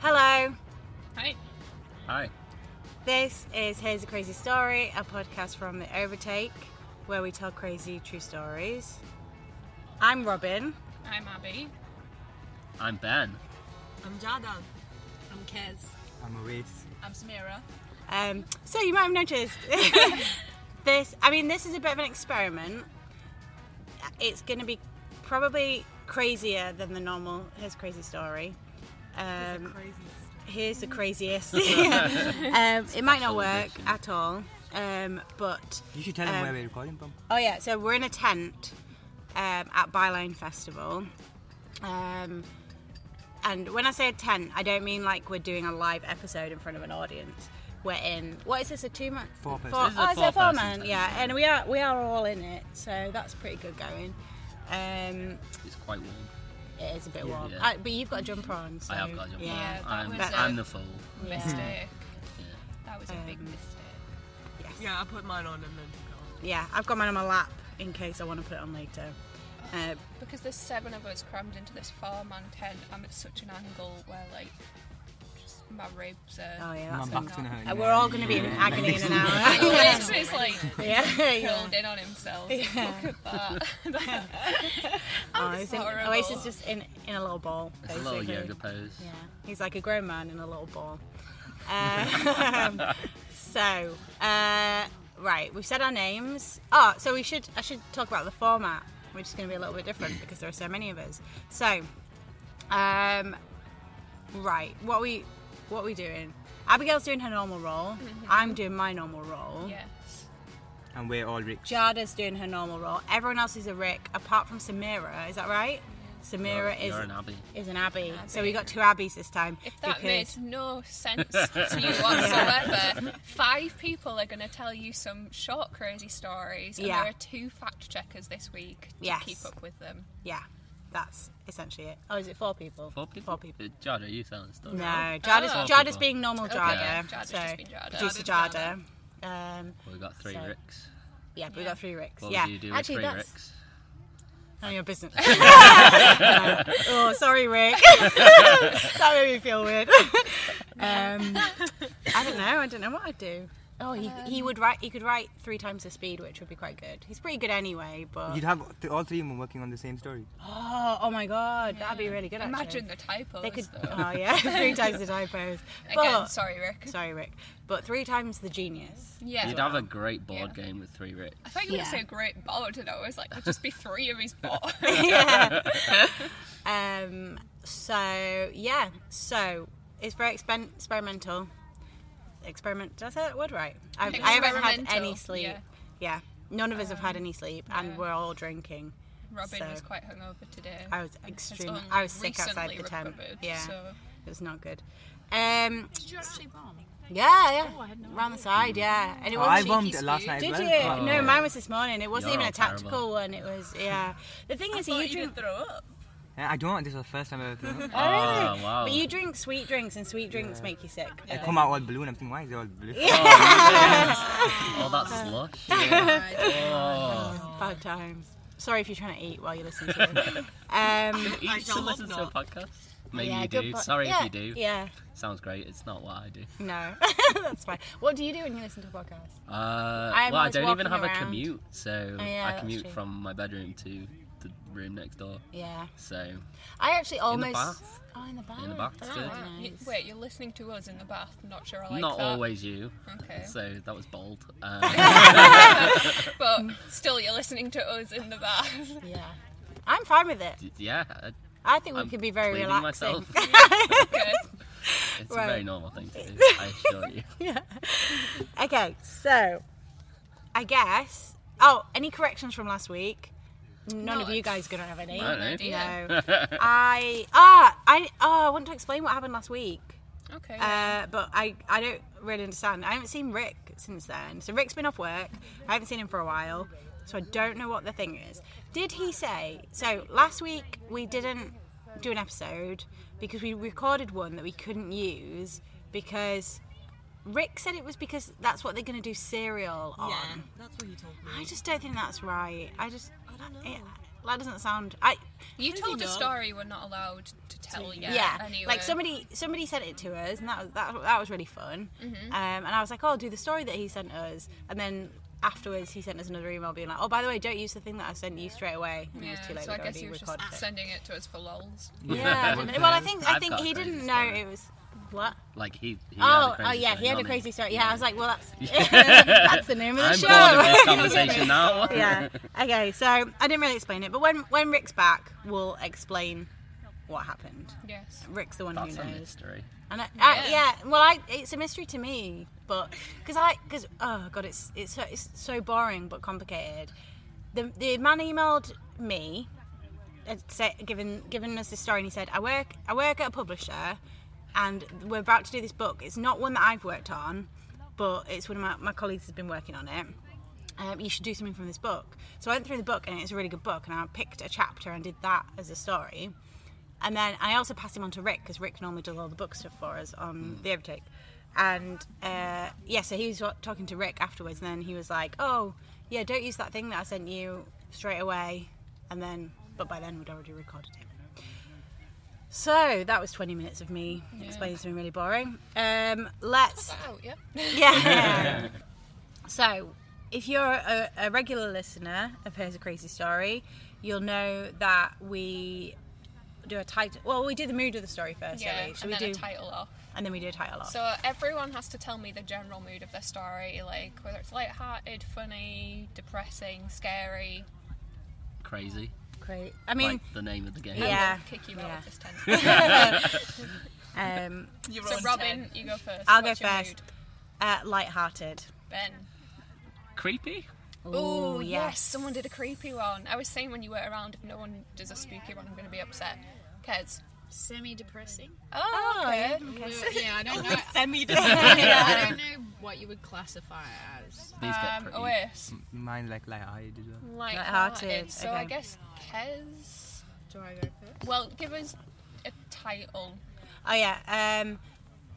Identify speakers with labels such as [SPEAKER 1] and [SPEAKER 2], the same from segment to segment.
[SPEAKER 1] Hello,
[SPEAKER 2] Hey.
[SPEAKER 3] Hi.
[SPEAKER 1] this is Here's a Crazy Story, a podcast from The Overtake where we tell crazy true stories. I'm Robin.
[SPEAKER 2] I'm Abby.
[SPEAKER 3] I'm Ben.
[SPEAKER 4] I'm Jada.
[SPEAKER 2] I'm Kez.
[SPEAKER 5] I'm Reese.
[SPEAKER 2] I'm Samira.
[SPEAKER 1] Um, so you might have noticed this. I mean, this is a bit of an experiment. It's going to be probably crazier than the normal Here's a Crazy Story. Um, here's the craziest. um, it might not work at all, um, but
[SPEAKER 5] You should tell him
[SPEAKER 1] Um,
[SPEAKER 5] where we're recording from.
[SPEAKER 1] Oh yeah, so we're in a tent um, at Byline Festival, um, and when I say a tent, I don't mean like we're doing a live episode in front of an audience. We're in what is this a two month
[SPEAKER 5] Four person.
[SPEAKER 1] Four,
[SPEAKER 5] This
[SPEAKER 3] is a
[SPEAKER 1] oh, it's a
[SPEAKER 3] four
[SPEAKER 1] four
[SPEAKER 3] person
[SPEAKER 1] man,
[SPEAKER 3] tent.
[SPEAKER 1] yeah, and we are we are all in it, so that's pretty good going. Um,
[SPEAKER 3] It's quite warm.
[SPEAKER 1] it is a bit warm,
[SPEAKER 3] Yeah.
[SPEAKER 1] I, but you've got a jumper on. So,
[SPEAKER 3] I have got a jump on.
[SPEAKER 1] Yeah,
[SPEAKER 2] that
[SPEAKER 3] I'm,
[SPEAKER 2] was, uh,
[SPEAKER 3] I'm the fool.
[SPEAKER 2] Mistake. That was a big
[SPEAKER 1] Um,
[SPEAKER 2] mistake.
[SPEAKER 4] Yeah, I put mine on and then took
[SPEAKER 1] yeah, I've got mine on my lap in case I want to put it on later. Uh,
[SPEAKER 2] Because there's seven of us crammed into this four man tent, I'm at such an angle where, like, just my ribs
[SPEAKER 1] oh
[SPEAKER 2] are.
[SPEAKER 1] yeah, that's
[SPEAKER 5] My
[SPEAKER 1] a-
[SPEAKER 5] back's in a hurt
[SPEAKER 1] Uh, We're all going to be in agony in an hour.
[SPEAKER 2] Liz is like
[SPEAKER 1] yeah, yeah.
[SPEAKER 2] curled in on himself. Look at that.
[SPEAKER 1] Oh,
[SPEAKER 2] That's
[SPEAKER 1] he's in,
[SPEAKER 2] horrible.
[SPEAKER 1] Oasis just in in a little ball.
[SPEAKER 3] It's a
[SPEAKER 1] Basically.
[SPEAKER 3] little yoga pose.
[SPEAKER 1] Yeah, he's like a grown man in a little ball. Um, so, uh, right, we've said our names. Oh, so we should I should talk about the format, which is going to be a little bit different because there are so many of us. So, um, right, what we what we doing? Abigail's doing her normal role.
[SPEAKER 2] Mm-hmm.
[SPEAKER 1] I'm doing my normal role.
[SPEAKER 2] yes.
[SPEAKER 5] And we're all rich.
[SPEAKER 1] Jada's doing her normal role. Everyone else is a Rick, apart from Samira. Is that right? Samira
[SPEAKER 3] You're
[SPEAKER 1] is
[SPEAKER 3] an Abby.
[SPEAKER 1] is an Abbey.
[SPEAKER 2] Abbey.
[SPEAKER 1] So we got two Abbeys this time.
[SPEAKER 2] If that
[SPEAKER 1] because-
[SPEAKER 2] made no sense to you whatsoever, five people are going to tell you some short, crazy stories, and
[SPEAKER 1] Yeah.
[SPEAKER 2] there are two fact checkers this week to
[SPEAKER 1] Yes.
[SPEAKER 2] keep up with them.
[SPEAKER 1] yeah, that's essentially it. Oh, is it four people?
[SPEAKER 3] Four people? Uh, Jada, are you telling the story?
[SPEAKER 1] No, Jada's,
[SPEAKER 3] Four
[SPEAKER 1] Jada's
[SPEAKER 3] people.
[SPEAKER 1] being normal
[SPEAKER 2] Okay,
[SPEAKER 1] Jada.
[SPEAKER 2] Jada's
[SPEAKER 1] so
[SPEAKER 2] just been Jada.
[SPEAKER 1] Producer Jada.
[SPEAKER 2] Jada's
[SPEAKER 1] Um,
[SPEAKER 3] We've got three
[SPEAKER 1] So-
[SPEAKER 3] Ricks.
[SPEAKER 1] yeah, but we got three Ricks.
[SPEAKER 3] What
[SPEAKER 1] yeah,
[SPEAKER 3] would you do with
[SPEAKER 1] actually,
[SPEAKER 3] three
[SPEAKER 1] that's
[SPEAKER 3] Ricks?
[SPEAKER 1] none of your business. oh, sorry, Rick. that made me feel weird. um, I don't know. I don't know what I'd do. Oh, he, he
[SPEAKER 2] Um,
[SPEAKER 1] would write. He could write three times the speed, which would be quite good. He's pretty good anyway. But
[SPEAKER 5] You'd have th- all three of them working on the same story.
[SPEAKER 1] oh, oh my god, that'd be really good. actually.
[SPEAKER 2] Imagine the typos.
[SPEAKER 1] They could,
[SPEAKER 2] though.
[SPEAKER 1] oh yeah, three times the typos.
[SPEAKER 2] Again,
[SPEAKER 1] But,
[SPEAKER 2] sorry, Rick.
[SPEAKER 1] sorry, Rick, but three times the genius.
[SPEAKER 2] Yeah.
[SPEAKER 3] You'd have a great board game with three Ricks.
[SPEAKER 2] I thought you were going to say a great board, and I was like, there'd just be three of his board.
[SPEAKER 1] Um, so yeah, so it's very expen- experimental. Experiment. Did I say that word right? I, I haven't had any
[SPEAKER 2] Experimental,
[SPEAKER 1] sleep. Yeah.
[SPEAKER 2] yeah. Um,
[SPEAKER 1] none of us have had any sleep, and we're all drinking.
[SPEAKER 2] Robin
[SPEAKER 1] So-
[SPEAKER 2] was quite hungover today.
[SPEAKER 1] I was
[SPEAKER 2] and has
[SPEAKER 1] extremely.
[SPEAKER 2] only
[SPEAKER 1] I was sick outside
[SPEAKER 2] recently
[SPEAKER 1] the tent.
[SPEAKER 2] recovered,
[SPEAKER 1] Yeah,
[SPEAKER 2] so-
[SPEAKER 1] it was not good. Um,
[SPEAKER 4] Did you actually bomb?
[SPEAKER 1] yeah, yeah,
[SPEAKER 2] Oh,
[SPEAKER 1] round the side, yeah,
[SPEAKER 3] Oh,
[SPEAKER 1] and it was
[SPEAKER 5] I
[SPEAKER 1] cheeky
[SPEAKER 5] bombed last
[SPEAKER 2] spoon.
[SPEAKER 5] night. as
[SPEAKER 1] Did
[SPEAKER 5] well.
[SPEAKER 1] you? no, mine was this morning. It wasn't
[SPEAKER 3] You're
[SPEAKER 1] even
[SPEAKER 3] all
[SPEAKER 1] a tactical
[SPEAKER 3] terrible.
[SPEAKER 1] one. It was yeah. The thing is, that you drink.
[SPEAKER 4] throw up.
[SPEAKER 5] Yeah, I don't. This is the first time I've ever thrown up.
[SPEAKER 3] Oh, wow.
[SPEAKER 1] But you drink sweet drinks, and sweet drinks make you sick.
[SPEAKER 5] I come out all blue and I'm thinking, why is it all blue?
[SPEAKER 3] All that slush. Oh.
[SPEAKER 1] Bad times. Sorry if you're trying to eat while you're listening to it. Um,
[SPEAKER 3] You used to
[SPEAKER 4] shall
[SPEAKER 3] listen to a
[SPEAKER 4] not.
[SPEAKER 3] podcast? Maybe
[SPEAKER 1] Oh, yeah,
[SPEAKER 3] you
[SPEAKER 1] good
[SPEAKER 3] do.
[SPEAKER 1] po-
[SPEAKER 3] Sorry
[SPEAKER 1] yeah,
[SPEAKER 3] if you do.
[SPEAKER 1] Yeah,
[SPEAKER 3] Sounds great. It's not what I do.
[SPEAKER 1] no, that's fine. What do you do when you listen to a podcast?
[SPEAKER 3] Uh,
[SPEAKER 1] I'm
[SPEAKER 3] well, I
[SPEAKER 1] always
[SPEAKER 3] don't even
[SPEAKER 1] walking
[SPEAKER 3] have
[SPEAKER 1] around. Oh,
[SPEAKER 3] a commute, so
[SPEAKER 1] yeah,
[SPEAKER 3] I
[SPEAKER 1] that's
[SPEAKER 3] commute
[SPEAKER 1] true.
[SPEAKER 3] from my bedroom to the room next door.
[SPEAKER 1] Yeah.
[SPEAKER 3] So
[SPEAKER 1] I actually almost.
[SPEAKER 3] bath.
[SPEAKER 1] Oh, in the bath.
[SPEAKER 3] in the bath, it's good.
[SPEAKER 2] You- Wait, you're listening to us in the bath. Not sure I like
[SPEAKER 3] Not
[SPEAKER 2] that.
[SPEAKER 3] always you.
[SPEAKER 2] Okay.
[SPEAKER 3] So that was bold. Um,
[SPEAKER 2] But still, you're listening to us in the bath.
[SPEAKER 1] Yeah. I'm fine with it.
[SPEAKER 3] d- yeah, I-
[SPEAKER 1] I think we
[SPEAKER 3] I'm
[SPEAKER 1] could be very
[SPEAKER 3] cleaning
[SPEAKER 1] relaxing.
[SPEAKER 3] myself.
[SPEAKER 2] Good.
[SPEAKER 3] It's
[SPEAKER 1] Right.
[SPEAKER 3] a very normal thing to do. I assure you.
[SPEAKER 1] Okay, so I guess. Oh, any corrections from last week? None of
[SPEAKER 2] No,
[SPEAKER 1] you guys gonna have any.
[SPEAKER 3] I don't know.
[SPEAKER 2] idea.
[SPEAKER 1] No. I ah I oh I want to explain what happened last week.
[SPEAKER 2] Okay.
[SPEAKER 1] Uh, but I I don't really understand. I haven't seen Rick since then. So Rick's been off work. I haven't seen him for a while. So I don't know what the thing is. Did he say? So last week we didn't do an episode because we recorded one that we couldn't use because Rick said it was because that's what they're going to do serial on.
[SPEAKER 4] Yeah, that's what he told me.
[SPEAKER 1] I just don't think that's right. I just I don't know. that doesn't sound. I
[SPEAKER 2] you
[SPEAKER 4] does
[SPEAKER 2] told
[SPEAKER 4] he
[SPEAKER 2] a
[SPEAKER 4] know?
[SPEAKER 2] story we're not allowed to tell yet.
[SPEAKER 1] yeah,
[SPEAKER 2] Anyway.
[SPEAKER 1] like somebody somebody sent it to us and that was, that, that was really fun
[SPEAKER 2] Mm-hmm.
[SPEAKER 1] um, and i was like oh I'll do the story that he sent us and then afterwards he sent us another email being like oh by the way don't use the thing that i sent you straight away and it
[SPEAKER 2] Yeah,
[SPEAKER 1] was too late
[SPEAKER 2] so I
[SPEAKER 1] we'd
[SPEAKER 2] guess
[SPEAKER 1] already
[SPEAKER 2] you were just
[SPEAKER 1] recorded it.
[SPEAKER 2] sending it to us for lols.
[SPEAKER 1] yeah I don't know. well i think i
[SPEAKER 3] I've
[SPEAKER 1] think
[SPEAKER 3] got a
[SPEAKER 1] he
[SPEAKER 3] crazy
[SPEAKER 1] didn't know
[SPEAKER 3] story.
[SPEAKER 1] it was what
[SPEAKER 3] Like he. he
[SPEAKER 1] oh
[SPEAKER 3] had a
[SPEAKER 1] oh
[SPEAKER 3] crazy
[SPEAKER 1] yeah
[SPEAKER 3] story,
[SPEAKER 1] he had
[SPEAKER 3] not
[SPEAKER 1] a
[SPEAKER 3] me.
[SPEAKER 1] crazy story yeah i was like well that's that's the name of the
[SPEAKER 3] I'm
[SPEAKER 1] show
[SPEAKER 3] bored of this conversation now.
[SPEAKER 1] yeah. Okay, so I didn't really explain it, but when when Rick's back, we'll explain what happened.
[SPEAKER 2] Yes.
[SPEAKER 1] Rick's the one
[SPEAKER 3] That's
[SPEAKER 1] who
[SPEAKER 3] a
[SPEAKER 1] knows.
[SPEAKER 3] mystery.
[SPEAKER 1] And I, I, yeah, well, I, it's a mystery to me, but because I, because oh god, it's it's so, it's so boring but complicated. The the man emailed me, and said, given given us this story, and he said, I work I work at a publisher, and we're about to do this book. It's not one that I've worked on, but it's one of my, my colleagues has been working on it. Um, you should do something from this book. So I went through the book, and it's a really good book, and I picked a chapter and did that as a story. And then I also passed him on to Rick because Rick normally does all the book stuff for us on the Overtake. And uh, yeah, so he was wa- talking to Rick afterwards, and then he was like, "Oh, yeah, don't use that thing that I sent you straight away." And then, but by then we'd already recorded it. So that was 20 minutes of me explaining something really boring. Um, let's
[SPEAKER 2] Oh, yeah.
[SPEAKER 1] yeah. so, if you're a, a regular listener of Here's a Crazy Story, you'll know that we do a title. Well, we do the mood of the story first,
[SPEAKER 2] yeah.
[SPEAKER 1] don't we? So
[SPEAKER 2] and
[SPEAKER 1] we
[SPEAKER 2] then
[SPEAKER 1] do,
[SPEAKER 2] a title off.
[SPEAKER 1] and then we do a title off.
[SPEAKER 2] So uh, everyone has to tell me the general mood of their story, like whether it's light-hearted, funny, depressing, scary.
[SPEAKER 3] Crazy.
[SPEAKER 1] Great. I mean,
[SPEAKER 3] like the name of the game.
[SPEAKER 1] yeah.
[SPEAKER 2] Kick you
[SPEAKER 1] yeah.
[SPEAKER 2] out of this tent.
[SPEAKER 1] Um,
[SPEAKER 4] You're
[SPEAKER 2] so
[SPEAKER 4] on
[SPEAKER 2] Robin, you go first.
[SPEAKER 1] I'll go
[SPEAKER 2] What's your
[SPEAKER 1] first.
[SPEAKER 2] mood?
[SPEAKER 1] uh, light-hearted.
[SPEAKER 2] Ben.
[SPEAKER 3] Creepy.
[SPEAKER 2] Oh yes.
[SPEAKER 1] yes.
[SPEAKER 2] someone did a creepy one. I was saying when you were around, if no one does a spooky one, I'm going to be upset. Kez.
[SPEAKER 6] Semi-depressing.
[SPEAKER 2] Oh, okay.
[SPEAKER 6] yeah, I don't know.
[SPEAKER 1] Semi.
[SPEAKER 6] I don't know what you would classify it as.
[SPEAKER 3] These get
[SPEAKER 2] Um,
[SPEAKER 3] pretty.
[SPEAKER 1] oh,
[SPEAKER 2] Oasis.
[SPEAKER 5] Mine's like light eyed as well.
[SPEAKER 2] Light-hearted.
[SPEAKER 1] Light-hearted,
[SPEAKER 2] So
[SPEAKER 1] okay.
[SPEAKER 2] I guess Kez.
[SPEAKER 6] Do I go first?
[SPEAKER 2] Well, give us a title.
[SPEAKER 1] oh yeah. Um,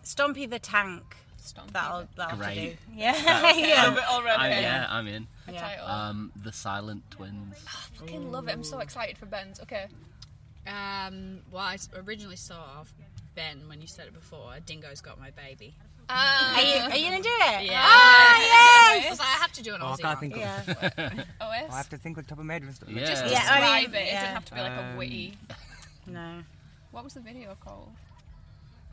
[SPEAKER 1] Stompy the Tank.
[SPEAKER 2] Stompy
[SPEAKER 1] That'll that'll have to do.
[SPEAKER 3] Great.
[SPEAKER 1] Yeah. yeah.
[SPEAKER 3] I, yeah, I'm in.
[SPEAKER 2] the
[SPEAKER 1] Yeah.
[SPEAKER 2] title.
[SPEAKER 3] Um, the Silent Twins.
[SPEAKER 2] Fucking love it. I'm so excited for Ben's. Okay.
[SPEAKER 6] Um, well, I s- originally saw off Ben when you said it before. Dingo's got my baby.
[SPEAKER 1] Are
[SPEAKER 2] Um,
[SPEAKER 1] you, are you gonna do it?
[SPEAKER 6] Yeah.
[SPEAKER 1] Ah, yes.
[SPEAKER 6] I was like, I have to do an
[SPEAKER 5] Oh, I
[SPEAKER 6] Aussie
[SPEAKER 5] can't
[SPEAKER 6] one.
[SPEAKER 5] think of
[SPEAKER 1] Yeah.
[SPEAKER 2] OS.
[SPEAKER 5] I have to think of the top of my head.
[SPEAKER 3] Yeah.
[SPEAKER 2] Just
[SPEAKER 3] Yeah,
[SPEAKER 2] describe
[SPEAKER 1] I mean,
[SPEAKER 2] it. It
[SPEAKER 1] yeah.
[SPEAKER 2] didn't have to be like a
[SPEAKER 5] Um,
[SPEAKER 2] witty.
[SPEAKER 1] No.
[SPEAKER 2] What was the video called?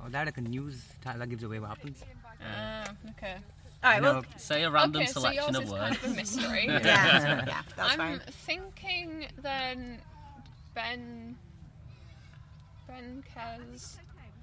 [SPEAKER 5] Oh, that like a news title that gives away what happens.
[SPEAKER 2] Um, okay.
[SPEAKER 1] All right.
[SPEAKER 5] I
[SPEAKER 1] Well.
[SPEAKER 5] know.
[SPEAKER 3] Say a random
[SPEAKER 2] okay, so
[SPEAKER 3] selection
[SPEAKER 2] yours
[SPEAKER 3] of
[SPEAKER 2] is
[SPEAKER 3] words.
[SPEAKER 2] kind of a mystery.
[SPEAKER 1] Yeah. yeah. That's
[SPEAKER 2] I'm
[SPEAKER 1] fine.
[SPEAKER 2] thinking then Ben. Ben Kez.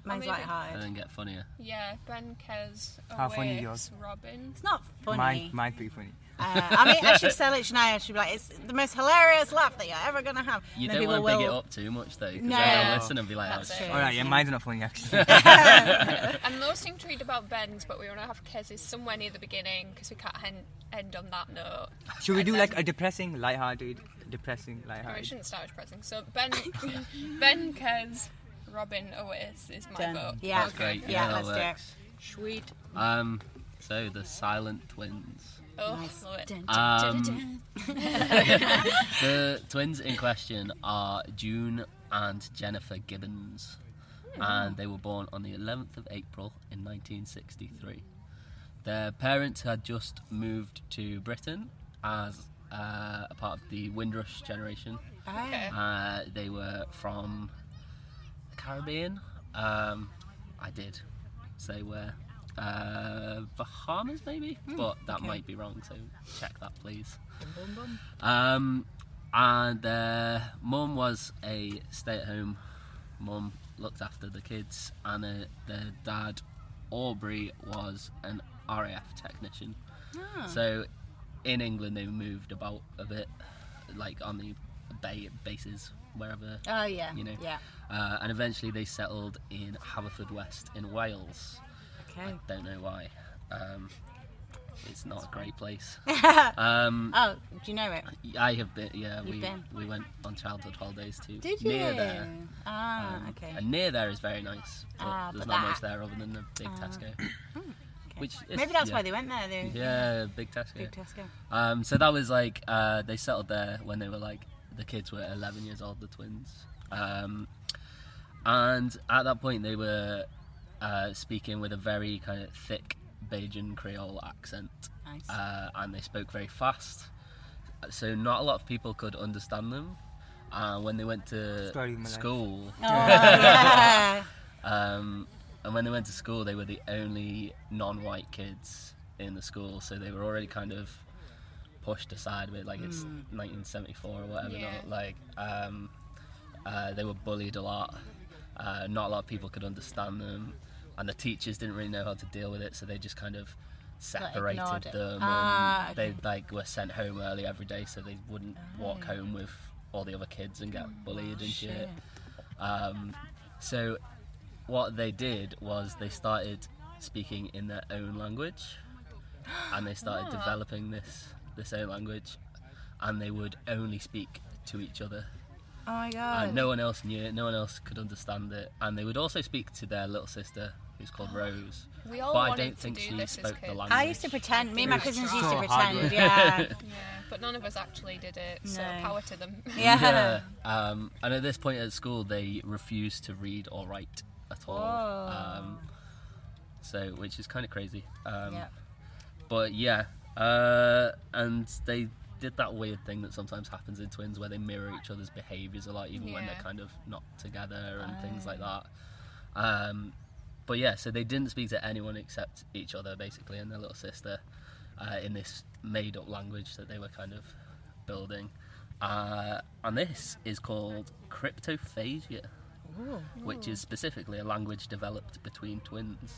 [SPEAKER 1] Mine's
[SPEAKER 2] maybe-
[SPEAKER 1] light-hearted.
[SPEAKER 3] and then get funnier.
[SPEAKER 2] Yeah, Ben Kez.
[SPEAKER 5] How funny yours.
[SPEAKER 2] Oasis, Robin.
[SPEAKER 1] It's not funny.
[SPEAKER 5] Mine, mine's pretty funny.
[SPEAKER 1] Uh, I mean, I should sell it tonight. I should be like, it's the most hilarious laugh that you're ever gonna have.
[SPEAKER 3] You
[SPEAKER 1] And then
[SPEAKER 3] don't want
[SPEAKER 1] people
[SPEAKER 3] to big it
[SPEAKER 1] will-
[SPEAKER 3] up too much though, because
[SPEAKER 1] No.
[SPEAKER 3] then they'll listen and be like,
[SPEAKER 2] That's
[SPEAKER 3] "Oh,
[SPEAKER 2] it.
[SPEAKER 3] shit."
[SPEAKER 5] All right, yeah, mine's not funny actually.
[SPEAKER 2] And those seem to read about Ben's, but we want to have Kez's somewhere near the beginning because we can't hen- end on that note.
[SPEAKER 5] Should we do like a depressing, light-hearted, depressing,
[SPEAKER 2] No, we
[SPEAKER 5] light-hearted?
[SPEAKER 2] shouldn't start with pressing. So Ben, Ben Kez, Robin Oasis is my
[SPEAKER 1] Done.
[SPEAKER 2] vote.
[SPEAKER 1] Yeah.
[SPEAKER 3] That's great.
[SPEAKER 1] Yeah,
[SPEAKER 3] that
[SPEAKER 1] let's do it.
[SPEAKER 3] works.
[SPEAKER 6] Sweet.
[SPEAKER 3] Um, so the Silent Twins.
[SPEAKER 2] Oh, love it.
[SPEAKER 3] Um, the twins in question are June and Jennifer Gibbons, and they were born on the 11th of April in 1963. Their parents had just moved to Britain as uh, a part of the Windrush generation,
[SPEAKER 1] Okay.
[SPEAKER 3] Uh, they were from the Caribbean. Um, I did say where. Uh, Bahamas, maybe? but that might be wrong, so check that, please. Um, and their mum was a stay at home mum, looked after the kids, and uh, their dad, Aubrey, was an RAF technician.
[SPEAKER 1] Ah.
[SPEAKER 3] So in England, they moved about a bit, like on the bay bases, wherever.
[SPEAKER 1] Oh yeah.
[SPEAKER 3] You know,
[SPEAKER 1] Yeah.
[SPEAKER 3] Uh, and eventually they settled in Haverfordwest in Wales.
[SPEAKER 1] Okay.
[SPEAKER 3] Don't know why. Um, it's not a great place.
[SPEAKER 1] Oh, do you know it?
[SPEAKER 3] I have been. Yeah, we
[SPEAKER 1] been?
[SPEAKER 3] we went on childhood holidays too.
[SPEAKER 1] Did you?
[SPEAKER 3] Near there.
[SPEAKER 1] Ah, okay.
[SPEAKER 3] And near there is very nice, but
[SPEAKER 1] Ah,
[SPEAKER 3] there's
[SPEAKER 1] but that-
[SPEAKER 3] not
[SPEAKER 1] Ah. Hmm,
[SPEAKER 3] much there other than the big Tesco. Which is,
[SPEAKER 1] Maybe that's
[SPEAKER 3] yeah.
[SPEAKER 1] why they went there. They
[SPEAKER 3] Yeah, big Tesco.
[SPEAKER 1] big Tesco.
[SPEAKER 3] Um, so that was like uh, they settled there when they were like the kids were 11 years old, the twins, um, and at that point they were uh, speaking with a very kind of thick Bajan Creole accent,
[SPEAKER 1] Nice.
[SPEAKER 3] uh, and they spoke very fast, so not a lot of people could understand them. Uh, when they went
[SPEAKER 5] Story of my
[SPEAKER 3] to
[SPEAKER 5] life.
[SPEAKER 3] school,
[SPEAKER 1] yeah.
[SPEAKER 3] um, and when they went to school, they were the only non-white kids in the school, so they were already kind of pushed aside with like it's
[SPEAKER 1] Hmm.
[SPEAKER 3] 1974 or whatever.
[SPEAKER 2] Yeah.
[SPEAKER 3] Not, like um, uh, they were bullied a lot. Uh, not a lot of people could understand them, and the teachers didn't really know how to deal with it, so they just kind of separated
[SPEAKER 1] ignored it.
[SPEAKER 3] them.
[SPEAKER 1] Ah,
[SPEAKER 3] and They like were sent home early every day, so they wouldn't walk
[SPEAKER 1] Oh.
[SPEAKER 3] home with all the other kids and get bullied and shit. Um, so what they did was they started speaking in their own language and they
[SPEAKER 2] Ah.
[SPEAKER 3] started developing this this own language and they would only speak to each other
[SPEAKER 1] Oh my god.
[SPEAKER 3] and no one else knew it no one else could understand it and they would also speak to their little sister who's called Rose
[SPEAKER 2] Oh. We all
[SPEAKER 3] but I
[SPEAKER 2] wanted
[SPEAKER 3] don't
[SPEAKER 2] to
[SPEAKER 3] think
[SPEAKER 2] do
[SPEAKER 3] she
[SPEAKER 2] this as
[SPEAKER 3] spoke the
[SPEAKER 2] kids.
[SPEAKER 3] language
[SPEAKER 1] I used to pretend. Me and my cousins used to
[SPEAKER 5] so hard
[SPEAKER 1] pretend. Yeah.
[SPEAKER 2] Yeah, but none of us actually did it, so
[SPEAKER 1] No.
[SPEAKER 2] power to them.
[SPEAKER 1] Yeah.
[SPEAKER 3] um, and at this point at school they refused to read or write at all um, so which is kind of crazy um,
[SPEAKER 1] Yeah.
[SPEAKER 3] But yeah, uh, and they did that weird thing that sometimes happens in twins where they mirror each other's behaviors a lot, even when they're
[SPEAKER 2] Yeah.
[SPEAKER 3] kind of not together and things like that. Um, but yeah, so they didn't speak to anyone except each other, basically, and their little sister uh, in this made up language that they were kind of building. Uh, and this is called cryptophagia, which is specifically a language developed between twins.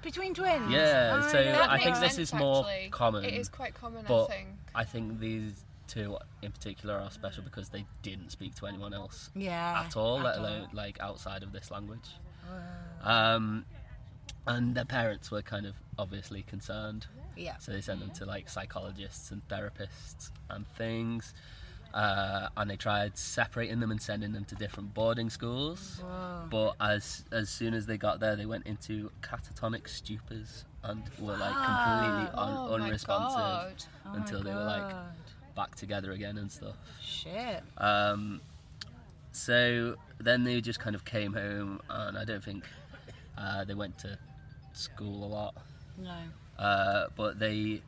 [SPEAKER 1] Between twins.
[SPEAKER 3] Yeah,
[SPEAKER 1] Oh,
[SPEAKER 3] so
[SPEAKER 2] That
[SPEAKER 3] I
[SPEAKER 2] makes
[SPEAKER 3] think
[SPEAKER 2] sense,
[SPEAKER 3] this is more
[SPEAKER 2] actually.
[SPEAKER 3] common.
[SPEAKER 2] It is quite common,
[SPEAKER 3] but
[SPEAKER 2] I think.
[SPEAKER 3] these two in particular are special because they didn't speak to anyone else
[SPEAKER 1] Yeah.
[SPEAKER 3] at all, let
[SPEAKER 1] at all.
[SPEAKER 3] alone like outside of this language. Um, and their parents were kind of obviously concerned,
[SPEAKER 1] Yeah.
[SPEAKER 3] so they sent them to like psychologists and therapists and things. Uh, and they tried separating them and sending them to different boarding schools. But as as soon as they got there, they went into catatonic stupors and were like completely un-
[SPEAKER 2] Oh my
[SPEAKER 3] unresponsive
[SPEAKER 1] Oh my
[SPEAKER 3] until they were like
[SPEAKER 1] God.
[SPEAKER 3] back together again and stuff.
[SPEAKER 1] Shit.
[SPEAKER 3] Um, so then they just kind of came home, and I don't think uh, they went to school a lot.
[SPEAKER 1] No.
[SPEAKER 3] Uh, but they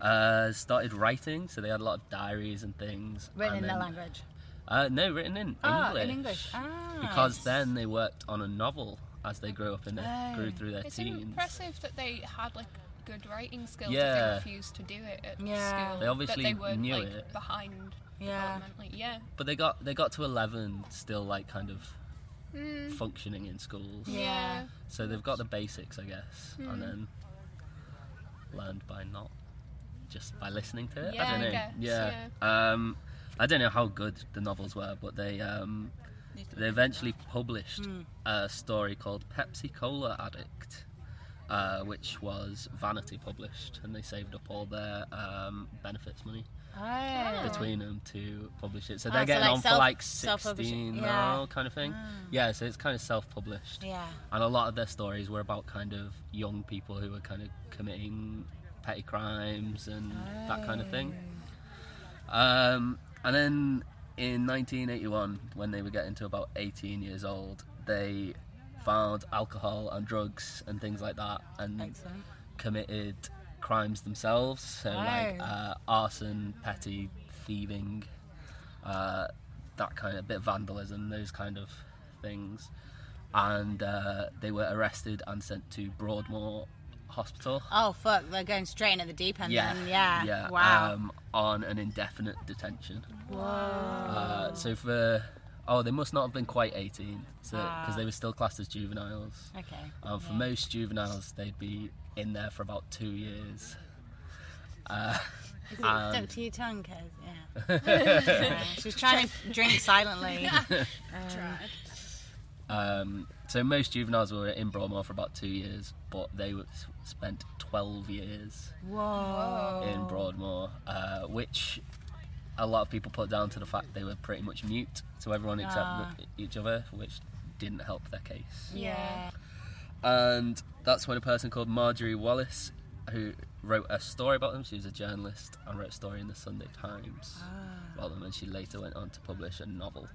[SPEAKER 3] uh, started writing, so they had a lot of diaries and things.
[SPEAKER 1] Written
[SPEAKER 3] and
[SPEAKER 1] in their
[SPEAKER 3] then-
[SPEAKER 1] language.
[SPEAKER 3] Uh, no, written in English.
[SPEAKER 1] Ah, in English. Ah.
[SPEAKER 3] Because then they worked on a novel as they grew up and they
[SPEAKER 1] Oh,
[SPEAKER 3] grew through their
[SPEAKER 2] It's
[SPEAKER 3] teens.
[SPEAKER 2] impressive that they had like good writing skills. That
[SPEAKER 3] Yeah.
[SPEAKER 2] they refused to do it at
[SPEAKER 1] Yeah.
[SPEAKER 2] school.
[SPEAKER 3] They obviously
[SPEAKER 2] that they weren't
[SPEAKER 3] knew
[SPEAKER 2] like
[SPEAKER 3] it.
[SPEAKER 2] behind.
[SPEAKER 1] Yeah.
[SPEAKER 2] developmentally. yeah.
[SPEAKER 3] But they got they got to eleven, still like kind of
[SPEAKER 1] Hmm.
[SPEAKER 3] functioning in schools.
[SPEAKER 2] Yeah.
[SPEAKER 3] So they've got the basics, I guess, and then learned by not just by listening to it.
[SPEAKER 2] Yeah,
[SPEAKER 3] I don't
[SPEAKER 2] I
[SPEAKER 3] know.
[SPEAKER 2] guess,
[SPEAKER 3] yeah. Um, I don't know how good the novels were, but they um, they eventually published a story called Pepsi Cola Addict. Uh, which was Vanity published, and they saved up all their um, benefits money
[SPEAKER 1] Oh.
[SPEAKER 3] between them to publish it. So
[SPEAKER 1] Ah,
[SPEAKER 3] they're
[SPEAKER 1] so
[SPEAKER 3] getting
[SPEAKER 1] like
[SPEAKER 3] on for
[SPEAKER 1] self-
[SPEAKER 3] like
[SPEAKER 1] self-publishing,
[SPEAKER 3] 16
[SPEAKER 1] yeah.
[SPEAKER 3] now, kind of thing. Yeah, so it's kind of self published.
[SPEAKER 1] Yeah.
[SPEAKER 3] And a lot of their stories were about kind of young people who were kind of committing petty crimes and that kind of thing. Um, and then in 1981, when they were getting to about 18 years old, they found alcohol and drugs and things like that and
[SPEAKER 1] Excellent.
[SPEAKER 3] committed crimes themselves. So, like
[SPEAKER 1] Oh.
[SPEAKER 3] uh, arson, petty thieving, uh, that kind of bit of vandalism, those kind of things. And uh, they were arrested and sent to Broadmoor Hospital.
[SPEAKER 1] Oh fuck, they're going straight into the deep end then. Yeah.
[SPEAKER 3] yeah,
[SPEAKER 1] Wow.
[SPEAKER 3] Um, on an indefinite detention.
[SPEAKER 1] Whoa.
[SPEAKER 3] Uh, so for oh, they must not have been quite eighteen, so because they were still classed as juveniles.
[SPEAKER 1] Okay.
[SPEAKER 3] Um, for most juveniles, they'd be in there for about two years.
[SPEAKER 1] Is it
[SPEAKER 3] Um,
[SPEAKER 1] stuck to your tongue, cause yeah. yeah. She was trying to drink silently.
[SPEAKER 6] Tried.
[SPEAKER 3] Um, so most juveniles were in Broadmoor for about two years, but they were, s- spent twelve years
[SPEAKER 1] Whoa.
[SPEAKER 3] in Broadmoor, uh, which a lot of people put down to the fact they were pretty much mute to everyone except the- each other, which didn't help their case.
[SPEAKER 6] Yeah.
[SPEAKER 3] And that's when a person called Marjorie Wallace, who wrote a story about them, she was a journalist and wrote a story in the Sunday Times about them, and she later went on to publish a novel,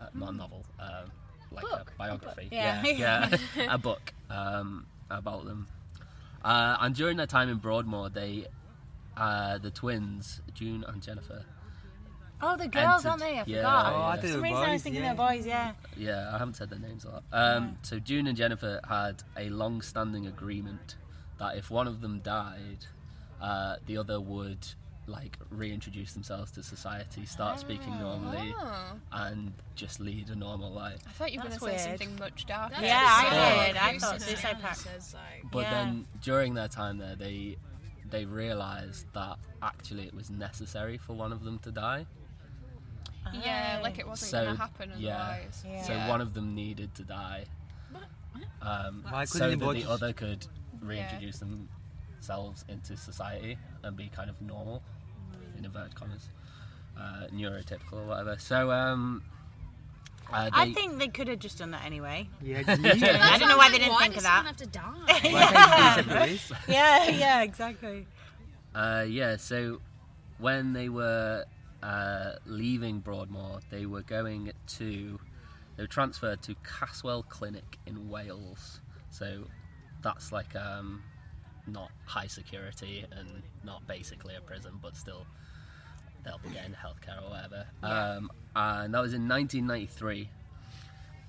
[SPEAKER 3] uh, not a novel, um like
[SPEAKER 6] Book.
[SPEAKER 3] a biography,
[SPEAKER 1] Yeah.
[SPEAKER 3] yeah, yeah, a book um, about them. Uh, and during their time in Broadmoor, they, uh, the twins, June and Jennifer,
[SPEAKER 1] Oh, the girls,
[SPEAKER 3] Entered-
[SPEAKER 1] aren't they? I
[SPEAKER 3] yeah,
[SPEAKER 1] forgot.
[SPEAKER 3] yeah. Oh, I
[SPEAKER 1] For
[SPEAKER 5] thought
[SPEAKER 1] some
[SPEAKER 5] they
[SPEAKER 1] reason
[SPEAKER 5] were
[SPEAKER 1] I was
[SPEAKER 5] boys,
[SPEAKER 1] thinking
[SPEAKER 5] yeah.
[SPEAKER 1] they're boys, yeah.
[SPEAKER 3] Yeah, I haven't said their names a lot. Um, so June and Jennifer had a long-standing agreement that if one of them died, uh, the other would like reintroduce themselves to society, start speaking normally,
[SPEAKER 2] Oh.
[SPEAKER 3] and just lead a normal life.
[SPEAKER 2] I thought you were going
[SPEAKER 1] That's
[SPEAKER 2] to say
[SPEAKER 1] weird.
[SPEAKER 2] something much darker.
[SPEAKER 1] Yeah, I
[SPEAKER 3] Suicide
[SPEAKER 1] did. I thought
[SPEAKER 6] Suicide
[SPEAKER 1] suicide pact.
[SPEAKER 6] says like
[SPEAKER 3] But
[SPEAKER 1] Yeah.
[SPEAKER 3] then during their time there, they they realised that actually it was necessary for one of them to die.
[SPEAKER 2] Yeah, like it wasn't
[SPEAKER 3] So,
[SPEAKER 2] going to happen
[SPEAKER 3] yeah.
[SPEAKER 2] otherwise.
[SPEAKER 1] Yeah.
[SPEAKER 3] So one of them needed to die. Um,
[SPEAKER 5] Why couldn't
[SPEAKER 3] so
[SPEAKER 5] they
[SPEAKER 3] that
[SPEAKER 5] both
[SPEAKER 3] the
[SPEAKER 5] just-
[SPEAKER 3] other could reintroduce themselves into society and be kind of normal,
[SPEAKER 1] Mm.
[SPEAKER 3] in inverted commas, uh, neurotypical or whatever. So um, uh, they,
[SPEAKER 1] I think they could have just done that anyway.
[SPEAKER 5] Yeah, just leave it.
[SPEAKER 1] I don't know why they didn't
[SPEAKER 6] why
[SPEAKER 1] think of
[SPEAKER 6] does
[SPEAKER 1] that.
[SPEAKER 6] someone have to die?
[SPEAKER 5] Why can't you be separate?
[SPEAKER 1] Yeah, yeah, exactly.
[SPEAKER 3] Uh, yeah, so when they were uh, leaving Broadmoor, they were going to. They were transferred to Caswell Clinic in Wales. So that's like um, not high security and not basically a prison, but still they'll be getting healthcare or whatever. Um, and that was in 1993.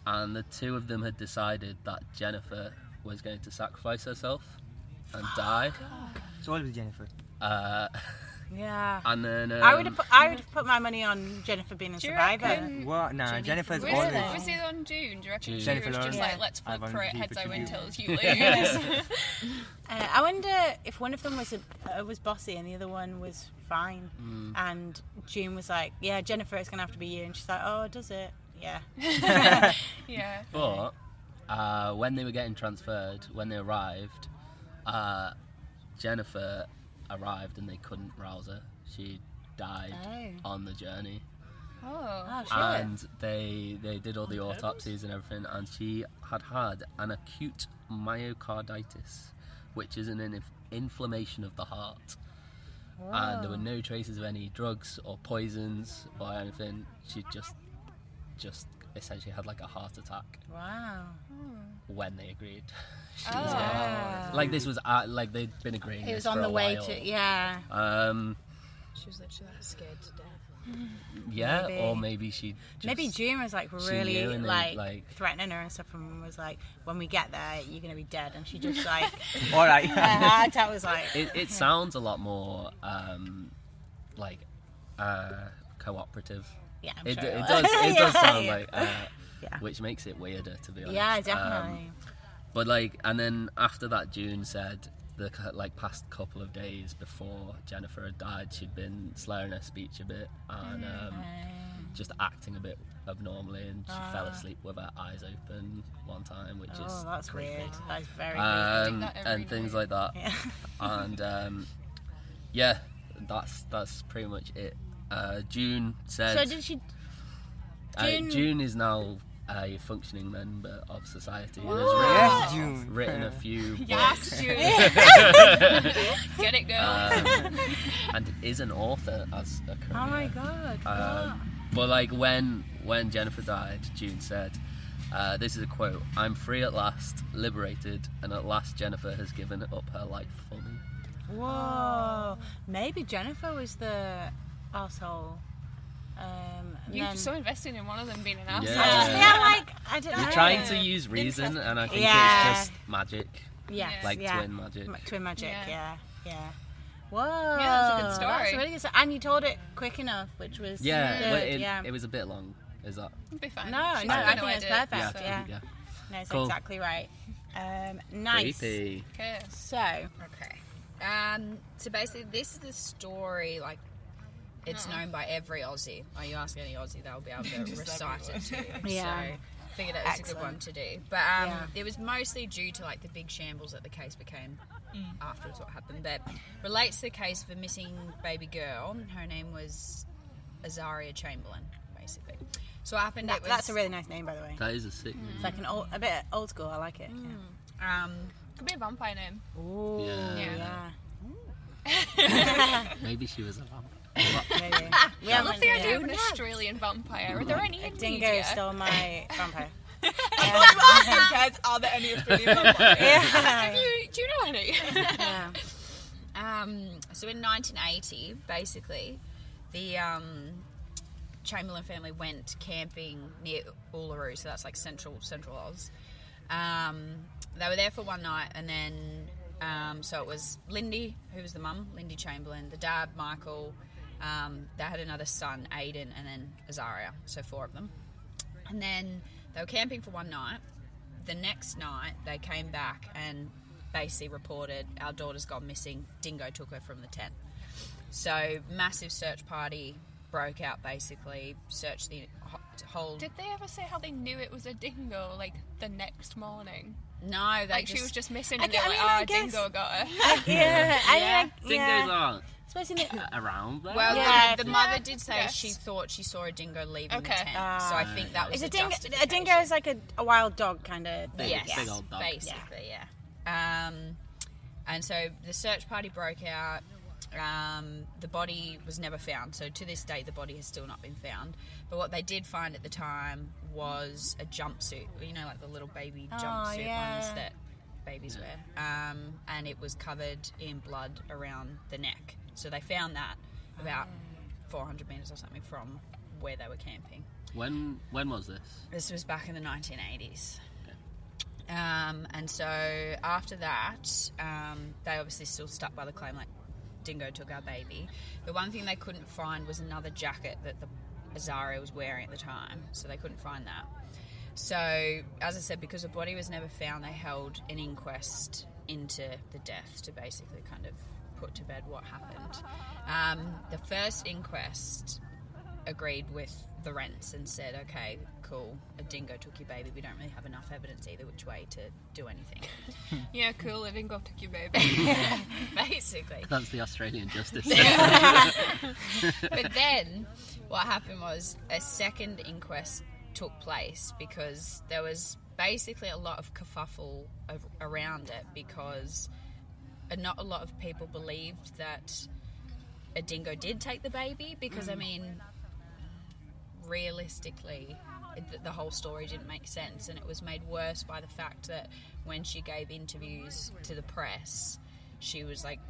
[SPEAKER 3] And the two of them had decided that Jennifer was going to sacrifice herself and
[SPEAKER 1] Oh,
[SPEAKER 3] die.
[SPEAKER 5] It's always Jennifer.
[SPEAKER 3] Uh,
[SPEAKER 1] Yeah.
[SPEAKER 3] and then um,
[SPEAKER 1] I would have put, I would have put my money on Jennifer being a
[SPEAKER 2] Do you
[SPEAKER 1] survivor.
[SPEAKER 2] reckon-
[SPEAKER 5] What? Nah, Jennifer's
[SPEAKER 2] Was,
[SPEAKER 5] always.
[SPEAKER 2] it, was it on June? Do you reckon
[SPEAKER 3] June.
[SPEAKER 2] June
[SPEAKER 5] Jennifer
[SPEAKER 2] was
[SPEAKER 5] Lawrence.
[SPEAKER 2] just like,
[SPEAKER 5] Yeah.
[SPEAKER 2] let's
[SPEAKER 5] I've
[SPEAKER 2] flip for it,
[SPEAKER 5] only
[SPEAKER 2] heads I
[SPEAKER 5] beat
[SPEAKER 2] win,
[SPEAKER 5] you.
[SPEAKER 2] tails you lose?
[SPEAKER 1] Uh, I wonder if one of them was a, uh, was bossy and the other one was fine.
[SPEAKER 3] Mm.
[SPEAKER 1] And June was like, "Yeah, Jennifer, it's gonna have to be you." And she's like, "Oh, does it? Yeah."
[SPEAKER 2] yeah.
[SPEAKER 3] But uh, when they were getting transferred, when they arrived, uh, Jennifer arrived and they couldn't rouse her. She died
[SPEAKER 1] Oh.
[SPEAKER 3] on the journey,
[SPEAKER 2] Oh.
[SPEAKER 1] Oh shit.
[SPEAKER 3] and they they did all the autopsies and everything, and she had had an acute myocarditis, which is an inf- inflammation of the heart. And there were no traces of any drugs or poisons or anything. She just just essentially had like a heart attack
[SPEAKER 1] wow.
[SPEAKER 3] when they agreed. She was like, like this was uh, like they'd been agreeing.
[SPEAKER 1] Oh. It was
[SPEAKER 3] this for
[SPEAKER 1] on
[SPEAKER 3] a
[SPEAKER 1] the way
[SPEAKER 3] while.
[SPEAKER 1] to yeah.
[SPEAKER 3] Um,
[SPEAKER 6] She was literally like scared to death.
[SPEAKER 3] yeah,
[SPEAKER 1] Maybe.
[SPEAKER 3] or maybe she. Just,
[SPEAKER 1] Maybe June was like
[SPEAKER 3] she
[SPEAKER 1] really
[SPEAKER 3] knew and they,
[SPEAKER 1] like,
[SPEAKER 3] like-
[SPEAKER 1] threatening her and stuff, and was like, "When we get there, you're gonna be dead." And she just like her
[SPEAKER 5] Alright.
[SPEAKER 1] heart attack was like,
[SPEAKER 3] It, it sounds a lot more um, like uh, cooperative.
[SPEAKER 1] "Yeah, I'm
[SPEAKER 3] It,
[SPEAKER 1] sure
[SPEAKER 3] d-
[SPEAKER 1] it
[SPEAKER 3] it
[SPEAKER 1] was."
[SPEAKER 3] does. It does
[SPEAKER 1] Yeah,
[SPEAKER 3] sound
[SPEAKER 1] yeah.
[SPEAKER 3] like. Uh,
[SPEAKER 1] Yeah.
[SPEAKER 3] Which makes it weirder, to be honest.
[SPEAKER 1] yeah,
[SPEAKER 3] Um,
[SPEAKER 1] definitely.
[SPEAKER 3] But like, and then after that, June said the cu- like past couple of days before Jennifer had died, she'd been slurring her speech a bit and
[SPEAKER 1] Mm,
[SPEAKER 3] um, just acting a bit abnormally, and she fell asleep with her eyes open one time, which
[SPEAKER 1] Ah. oh,
[SPEAKER 3] is
[SPEAKER 1] that's
[SPEAKER 3] creepy.
[SPEAKER 1] weird. That is very
[SPEAKER 3] Um,
[SPEAKER 2] that every
[SPEAKER 3] and things like that,
[SPEAKER 1] creepy. Yeah.
[SPEAKER 3] and um, yeah, that's that's pretty much it. Uh, June said
[SPEAKER 1] So did she?
[SPEAKER 3] uh,
[SPEAKER 1] June-
[SPEAKER 3] June is now a functioning member of society and has written,
[SPEAKER 5] Yes, June.
[SPEAKER 3] written a few books.
[SPEAKER 2] Yes, June. Get it, girl.
[SPEAKER 3] um, and is an author as a career.
[SPEAKER 1] Oh my god.
[SPEAKER 3] Um, but like when when Jennifer died, June said, uh, "This is a quote: I'm free at last, liberated, and at last Jennifer has given up her life for me."
[SPEAKER 1] Whoa. Maybe Jennifer was the asshole. Um, and
[SPEAKER 2] You
[SPEAKER 1] then-
[SPEAKER 2] so invested in one of them being an ass.
[SPEAKER 3] Yeah.
[SPEAKER 1] I just- yeah, like I don't
[SPEAKER 3] You're
[SPEAKER 1] know.
[SPEAKER 3] trying to use reason, and I think
[SPEAKER 1] Yeah.
[SPEAKER 3] it's just magic,
[SPEAKER 1] Yes,
[SPEAKER 3] like
[SPEAKER 1] yeah.
[SPEAKER 3] twin magic.
[SPEAKER 1] Ma- Twin magic,
[SPEAKER 2] Yeah.
[SPEAKER 1] yeah. yeah, Whoa,
[SPEAKER 2] that's a good
[SPEAKER 1] That's
[SPEAKER 2] story.
[SPEAKER 1] a really good story. And you told it quick enough, which was
[SPEAKER 3] Yeah,
[SPEAKER 1] good,
[SPEAKER 3] well, it,
[SPEAKER 1] yeah.
[SPEAKER 3] it was a bit long. Is that?
[SPEAKER 2] It'd be fine.
[SPEAKER 1] No,
[SPEAKER 2] She's
[SPEAKER 1] no,
[SPEAKER 2] got
[SPEAKER 1] I think
[SPEAKER 2] idea,
[SPEAKER 1] it's perfect,
[SPEAKER 2] so-
[SPEAKER 1] yeah.
[SPEAKER 3] yeah.
[SPEAKER 1] no, it's
[SPEAKER 3] cool.
[SPEAKER 1] exactly right. Um, nice.
[SPEAKER 3] Creepy.
[SPEAKER 2] Okay.
[SPEAKER 1] So,
[SPEAKER 6] Okay. Um, so basically, this is the story. Like, it's
[SPEAKER 1] Uh-huh.
[SPEAKER 6] known by every Aussie. Oh, you ask any Aussie, they'll be able to recite it to you.
[SPEAKER 1] Yeah.
[SPEAKER 6] So, figured that was a good one
[SPEAKER 1] Excellent.
[SPEAKER 6] to do. But um,
[SPEAKER 1] Yeah.
[SPEAKER 6] it was mostly due to like the big shambles that the case became
[SPEAKER 1] Mm.
[SPEAKER 6] afterwards. What happened? But relates to the case of a missing baby girl. Her name was Azaria Chamberlain, basically. So what happened?
[SPEAKER 1] that,
[SPEAKER 6] it was,
[SPEAKER 1] that's a really nice name, by the way.
[SPEAKER 3] That is a sick.
[SPEAKER 1] It's like an old, a bit old school. I like it.
[SPEAKER 6] um,
[SPEAKER 2] Could be a vampire name.
[SPEAKER 1] Yeah. Ooh,
[SPEAKER 3] Yeah.
[SPEAKER 1] yeah.
[SPEAKER 3] Maybe she was a vampire.
[SPEAKER 1] Maybe. We
[SPEAKER 2] I
[SPEAKER 1] haven't-
[SPEAKER 2] love the idea
[SPEAKER 1] yeah. Mm-hmm.
[SPEAKER 2] of an Australian vampire. Are there any in
[SPEAKER 1] Dingo
[SPEAKER 2] media?
[SPEAKER 1] stole my vampire.
[SPEAKER 4] Kids, are there any Australian vampires?
[SPEAKER 2] Have
[SPEAKER 1] yeah.
[SPEAKER 2] you, do you know any?
[SPEAKER 1] yeah.
[SPEAKER 6] Um, so in 1980, basically, the um, Chamberlain family went camping near Uluru, so that's like central Central Oz. Um, they were there for one night, and then um, so it was Lindy, who was the mum, Lindy Chamberlain, the dad, Michael. Um, they had another son, Aiden, and then Azaria, so four of them. And then they were camping for one night. The next night, they came back and basically reported our daughter's gone missing. Dingo took her from the tent. So massive search party broke out. Basically, searched the ho- whole.
[SPEAKER 2] Did they ever say how they knew it was a dingo, like, the next morning?
[SPEAKER 6] no, they
[SPEAKER 2] Like,
[SPEAKER 6] just,
[SPEAKER 2] she was just missing,
[SPEAKER 1] I
[SPEAKER 2] and they were
[SPEAKER 1] gu-
[SPEAKER 2] like,
[SPEAKER 1] I
[SPEAKER 2] ah,
[SPEAKER 1] mean, I
[SPEAKER 2] dingo got her.
[SPEAKER 1] Yeah. I mean, I-
[SPEAKER 3] Dingoes
[SPEAKER 1] yeah.
[SPEAKER 3] aren't
[SPEAKER 1] Especially in the-
[SPEAKER 3] around. There.
[SPEAKER 6] Well, the-
[SPEAKER 1] Yeah.
[SPEAKER 6] the, mother did say
[SPEAKER 2] Yes.
[SPEAKER 6] she thought she saw a dingo leaving the
[SPEAKER 2] Okay.
[SPEAKER 6] tent. so I think that was
[SPEAKER 1] Is a
[SPEAKER 6] the
[SPEAKER 1] dingo? A
[SPEAKER 6] justification.
[SPEAKER 1] dingo is like a, a wild dog kind of. thing.
[SPEAKER 6] yes,
[SPEAKER 3] big old dog.
[SPEAKER 6] basically, yeah. Um, and so the search party broke out. Um, the body was never found, so to this day the body has still not been found. But what they did find at the time was a jumpsuit, you know, like the little baby
[SPEAKER 3] Oh,
[SPEAKER 6] jumpsuit ones
[SPEAKER 1] yeah.
[SPEAKER 6] that babies wear, um, and it was covered in blood around the neck. So they found that about
[SPEAKER 3] Oh.
[SPEAKER 6] 400 meters or something from where they were camping.
[SPEAKER 3] When when was this?
[SPEAKER 6] This was back in the 1980s. Um, and so after that, um, they obviously still stuck by the claim like Dingo took our baby. The one thing they couldn't find was another jacket that the Azaria was wearing at the time, so they couldn't find that. So, as I said, because the body was never found, they held an inquest into the death to basically kind of put to bed what happened. Um, the first inquest agreed with the rents and said, okay, cool, a dingo took your baby. We don't really have enough evidence either which way to do anything.
[SPEAKER 2] yeah, cool, a dingo took your baby.
[SPEAKER 6] Basically.
[SPEAKER 3] That's the Australian justice.
[SPEAKER 6] But then what happened was a second inquest took place because there was basically a lot of kerfuffle av- around it because a- not a lot of people believed that a dingo did take the baby because, I
[SPEAKER 1] Mm.
[SPEAKER 6] mean, realistically th- the whole story didn't make sense and it was made worse by the fact that when she gave interviews to the press she was like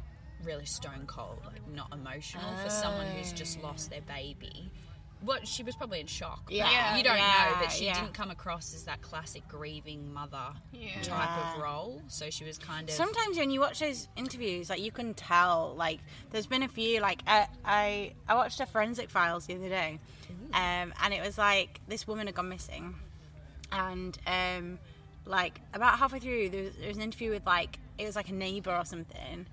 [SPEAKER 6] really stone cold like not emotional for someone who's
[SPEAKER 1] Oh.
[SPEAKER 6] just lost their baby what she was probably in shock but
[SPEAKER 1] Yeah.
[SPEAKER 6] you don't
[SPEAKER 1] Yeah,
[SPEAKER 6] know but she
[SPEAKER 1] yeah.
[SPEAKER 6] didn't come across as that classic grieving mother
[SPEAKER 2] Yeah.
[SPEAKER 6] type of
[SPEAKER 1] Yeah.
[SPEAKER 6] role so she was kind of
[SPEAKER 1] Sometimes when you watch those interviews, like you can tell. Like there's been a few. Like I, I, I watched a forensic files the other day, um, and it was like this woman had gone missing, and um, like about halfway through there was, there was an interview with like it was like a neighbor or something,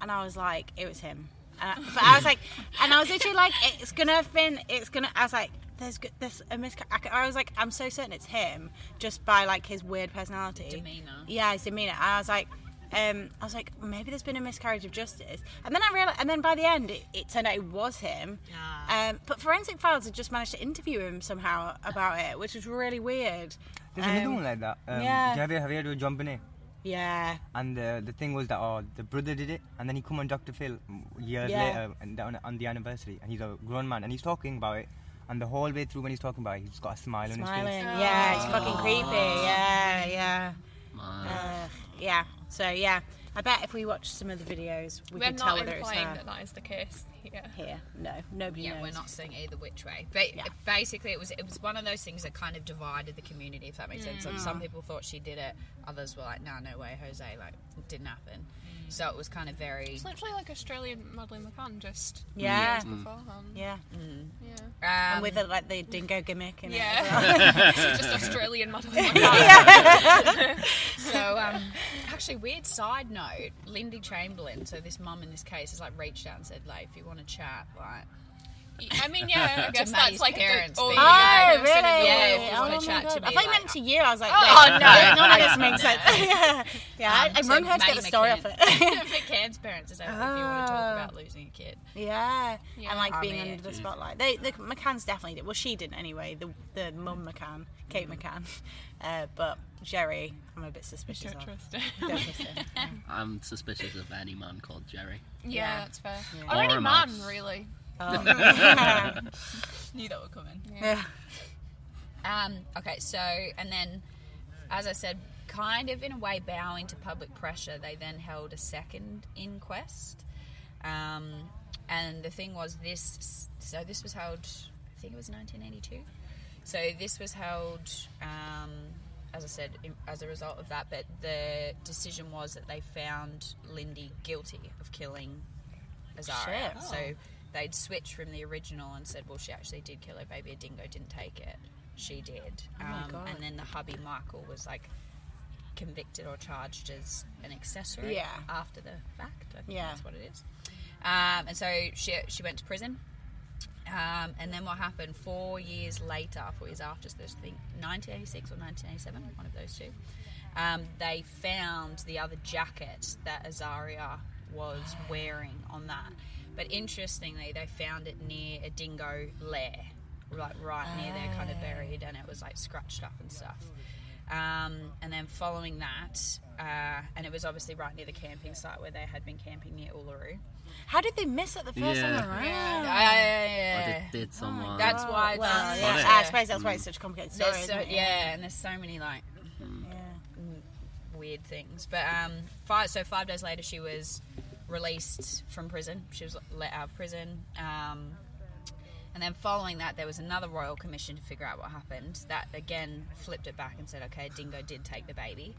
[SPEAKER 1] and I was like it was him. And I- but I was like, and I was literally like, it's gonna have been, it's gonna. I was like, there's go- there's a mis. I c- I was like, I'm so certain it's him just by like his weird personality
[SPEAKER 6] Demeanour.
[SPEAKER 1] yeah, his demeanor. And I was like, um, I was like, maybe there's been a miscarriage of justice. And then I realized, and then by the end, it, it turned out it was him. Um, but Forensic Files had just managed to interview him somehow about it, which was really weird.
[SPEAKER 5] There's another
[SPEAKER 1] Um,
[SPEAKER 5] one like that. Um,
[SPEAKER 1] yeah.
[SPEAKER 5] Javier Javier was jumping in.
[SPEAKER 1] Yeah,
[SPEAKER 5] And the, the thing was that oh, the brother did it, and then he come on Dr. Phil years
[SPEAKER 1] Yeah.
[SPEAKER 5] later and down on the anniversary, and he's a grown man, and he's talking about it, and the whole way through when he's talking about it, he's just got a smile on his
[SPEAKER 1] smiling.
[SPEAKER 5] face.
[SPEAKER 1] Yeah, it's fucking creepy. Yeah, yeah,
[SPEAKER 3] Man.
[SPEAKER 1] uh, yeah. So yeah, I bet if we watch some of the videos, we
[SPEAKER 2] We're
[SPEAKER 1] can tell
[SPEAKER 2] not
[SPEAKER 1] whether it's
[SPEAKER 2] implying
[SPEAKER 1] her.
[SPEAKER 2] that that is the case here.
[SPEAKER 1] Here, no, nobody
[SPEAKER 6] yeah,
[SPEAKER 1] knows.
[SPEAKER 6] we're not seeing either which way. But
[SPEAKER 1] Yeah.
[SPEAKER 6] basically, it was it was one of those things that kind of divided the community, if that makes sense. Like
[SPEAKER 1] Mm.
[SPEAKER 6] some people thought she did it, others were like, "No, no way, Jose!" Like it didn't happen.
[SPEAKER 1] Mm.
[SPEAKER 6] So it was kind of very.
[SPEAKER 2] It's literally like Australian Madeline McCann, just
[SPEAKER 1] Yeah.
[SPEAKER 2] years beforehand.
[SPEAKER 1] Yeah,
[SPEAKER 2] Yeah.
[SPEAKER 6] Um,
[SPEAKER 1] and with the, like the dingo gimmick and
[SPEAKER 2] Yeah. so just Australian Madeline McCann.
[SPEAKER 6] So, um, actually, weird side note: Lindy Chamberlain. So this mum in this case has like reached out and said, like, if you want to chat, like,
[SPEAKER 2] I mean, yeah, I guess that's
[SPEAKER 6] Maddie's
[SPEAKER 2] like
[SPEAKER 6] parents
[SPEAKER 2] the, oh,
[SPEAKER 6] thing.
[SPEAKER 1] Oh,
[SPEAKER 2] yeah,
[SPEAKER 1] really?
[SPEAKER 6] yeah, if you
[SPEAKER 1] oh,
[SPEAKER 6] wanna
[SPEAKER 1] my
[SPEAKER 6] chat to
[SPEAKER 1] God.
[SPEAKER 6] me,
[SPEAKER 1] I thought you
[SPEAKER 6] like-
[SPEAKER 1] meant to you. I was like,
[SPEAKER 6] Oh,
[SPEAKER 1] wait,
[SPEAKER 6] no,
[SPEAKER 1] none of
[SPEAKER 6] no, Um,
[SPEAKER 1] this makes sense. yeah, yeah. I, I
[SPEAKER 6] so
[SPEAKER 1] run her to get
[SPEAKER 6] Maddie
[SPEAKER 1] the story off
[SPEAKER 6] McCann-
[SPEAKER 1] it.
[SPEAKER 6] McCann's parents is like, if you want to
[SPEAKER 1] Oh.
[SPEAKER 6] talk about losing a kid,
[SPEAKER 1] yeah.
[SPEAKER 2] Yeah.
[SPEAKER 1] and like
[SPEAKER 6] I
[SPEAKER 1] being
[SPEAKER 6] mean,
[SPEAKER 1] under the spotlight. They, the McCann's definitely did. Well, she didn't anyway. The the mum McCann, Kate
[SPEAKER 3] Mm-hmm.
[SPEAKER 1] McCann, uh, but Jerry, I'm a bit suspicious
[SPEAKER 2] Don't
[SPEAKER 1] of.
[SPEAKER 2] trust her.
[SPEAKER 1] Don't trust her.
[SPEAKER 3] I'm suspicious of any man called Jerry.
[SPEAKER 2] Yeah, that's fair.
[SPEAKER 3] Or
[SPEAKER 2] Or any
[SPEAKER 3] a
[SPEAKER 2] man,
[SPEAKER 3] mouse.
[SPEAKER 2] really.
[SPEAKER 1] Oh.
[SPEAKER 4] Knew that would come in.
[SPEAKER 1] yeah.
[SPEAKER 6] Um, okay, so and then, as I said, kind of in a way bowing to public pressure, they then held a second inquest, um, and the thing was this. So this was held, I think it was 1982. So this was held, um, as I said, in, as a result of that. But the decision was that they found Lindy guilty of killing Azara.
[SPEAKER 1] Shit. Oh.
[SPEAKER 6] So they'd switched from the original and said, well, she actually did kill her baby. A dingo didn't take it. She did.
[SPEAKER 1] Oh my
[SPEAKER 6] um,
[SPEAKER 1] God.
[SPEAKER 6] And then the hubby Michael was like convicted or charged as an accessory
[SPEAKER 1] Yeah.
[SPEAKER 6] after the fact. I think
[SPEAKER 1] Yeah.
[SPEAKER 6] that's what it is. Um, and so she she went to prison. Um, and then what happened four years later, four years after, so this thing, 1986 or 1987, one of those two, um, they found the other jacket that Azaria was wearing on that. But interestingly, they found it near a dingo lair, like right near there, kind of buried, and it was like scratched up and stuff. Um, and then following that, uh, and it was obviously right near the camping site where they had been camping near Uluru.
[SPEAKER 1] How did they miss it the first
[SPEAKER 3] Yeah.
[SPEAKER 1] time around?
[SPEAKER 3] Or
[SPEAKER 6] Yeah.
[SPEAKER 3] did, did someone?
[SPEAKER 6] That's why it's
[SPEAKER 1] Well,
[SPEAKER 6] so-
[SPEAKER 1] Ah, yeah.
[SPEAKER 3] Funny.
[SPEAKER 1] I suppose that's why
[SPEAKER 3] Mm.
[SPEAKER 1] it's such a complicated story.
[SPEAKER 6] There's so,
[SPEAKER 1] isn't it? Mm-hmm.
[SPEAKER 6] yeah, and there's so many like
[SPEAKER 1] Yeah.
[SPEAKER 6] weird things. But um, five, so five days later, she was released from prison. She was let out of prison. Um, and then following that, there was another royal commission to figure out what happened. That again flipped it back and said, okay, Dingo did take the baby.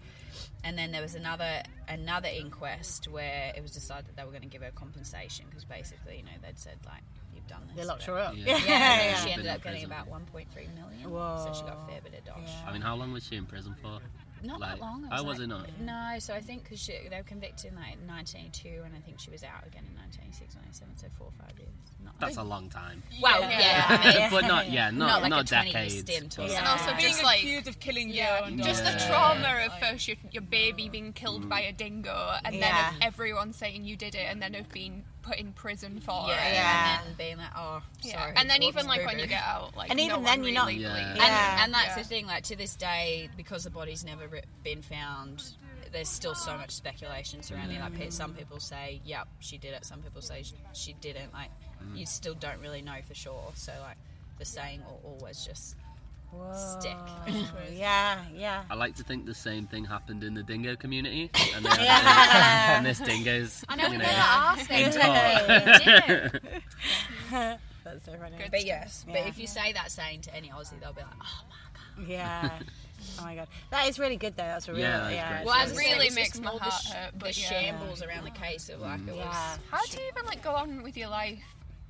[SPEAKER 6] And then there was another another inquest where it was decided that they were going to give her compensation because basically, you know, they'd said like, you've done this.
[SPEAKER 1] They locked her
[SPEAKER 6] whatever.
[SPEAKER 1] up.
[SPEAKER 3] Yeah.
[SPEAKER 1] Yeah.
[SPEAKER 6] Yeah, and then
[SPEAKER 3] Yeah.
[SPEAKER 6] she ended
[SPEAKER 3] Been in
[SPEAKER 6] up getting
[SPEAKER 3] prison.
[SPEAKER 6] about 1.3 million. So she got a fair bit of dosh.
[SPEAKER 3] I mean, how long was she in prison for?
[SPEAKER 6] Not
[SPEAKER 3] Like,
[SPEAKER 6] that long.
[SPEAKER 3] I was
[SPEAKER 6] like-
[SPEAKER 3] not.
[SPEAKER 6] No, so I think because they were convicted in like 1982, and I think she was out again in 1986, 97, so four or five years. Not
[SPEAKER 3] That's a long time.
[SPEAKER 6] well, yeah, I mean,
[SPEAKER 3] but not, yeah, not,
[SPEAKER 6] not like a 20 year
[SPEAKER 3] decades.
[SPEAKER 6] stint or
[SPEAKER 3] but-
[SPEAKER 6] something.
[SPEAKER 2] And also
[SPEAKER 6] Yeah.
[SPEAKER 2] being
[SPEAKER 4] Just
[SPEAKER 2] like,
[SPEAKER 4] accused of killing
[SPEAKER 2] yeah,
[SPEAKER 4] your own
[SPEAKER 2] just the
[SPEAKER 3] Yeah.
[SPEAKER 2] trauma of first your, your baby being killed by a dingo, and
[SPEAKER 1] Yeah.
[SPEAKER 2] then of everyone saying you did it, and then of being put in prison for
[SPEAKER 6] yeah,
[SPEAKER 2] it.
[SPEAKER 1] Yeah.
[SPEAKER 6] and then being like, oh,
[SPEAKER 2] Yeah.
[SPEAKER 6] sorry.
[SPEAKER 2] And then
[SPEAKER 6] whoops,
[SPEAKER 2] even like when you
[SPEAKER 6] boo-boo.
[SPEAKER 2] get out, like
[SPEAKER 1] And
[SPEAKER 2] no
[SPEAKER 1] even
[SPEAKER 2] one
[SPEAKER 1] then you're not-
[SPEAKER 2] really
[SPEAKER 3] Yeah.
[SPEAKER 2] believes-
[SPEAKER 6] and,
[SPEAKER 1] Yeah.
[SPEAKER 6] and that's
[SPEAKER 2] Yeah.
[SPEAKER 6] the thing. Like to this day, because the body's never re- been found, there's still so much speculation surrounding. it. Like pe- some people say, "Yep, she did it." Some people say sh- she didn't. Like you still don't really know for sure. So like the saying will always just stick.
[SPEAKER 1] Yeah. Yeah.
[SPEAKER 3] I like to think the same thing happened in the dingo community, and, then,
[SPEAKER 1] Yeah.
[SPEAKER 3] and this dingo's,
[SPEAKER 6] I know
[SPEAKER 3] you
[SPEAKER 6] we
[SPEAKER 3] know,
[SPEAKER 6] never asked them.
[SPEAKER 3] caught.
[SPEAKER 1] That's so funny.
[SPEAKER 6] But yes,
[SPEAKER 1] Yeah.
[SPEAKER 6] but if you say that saying to any Aussie, they'll be like, "Oh my
[SPEAKER 1] Yeah. Oh my god, that is really good though. That's a real
[SPEAKER 3] Yeah, that's
[SPEAKER 1] yeah.
[SPEAKER 3] great.
[SPEAKER 6] Well, as
[SPEAKER 2] It
[SPEAKER 6] I said,
[SPEAKER 2] really
[SPEAKER 6] it's
[SPEAKER 2] makes
[SPEAKER 6] just
[SPEAKER 2] my
[SPEAKER 6] all
[SPEAKER 2] heart
[SPEAKER 6] the, sh-
[SPEAKER 2] hurt,
[SPEAKER 6] the
[SPEAKER 2] but yeah.
[SPEAKER 6] shambles around the case of like it
[SPEAKER 1] Yeah.
[SPEAKER 6] was.
[SPEAKER 2] How do you even like go on with your life?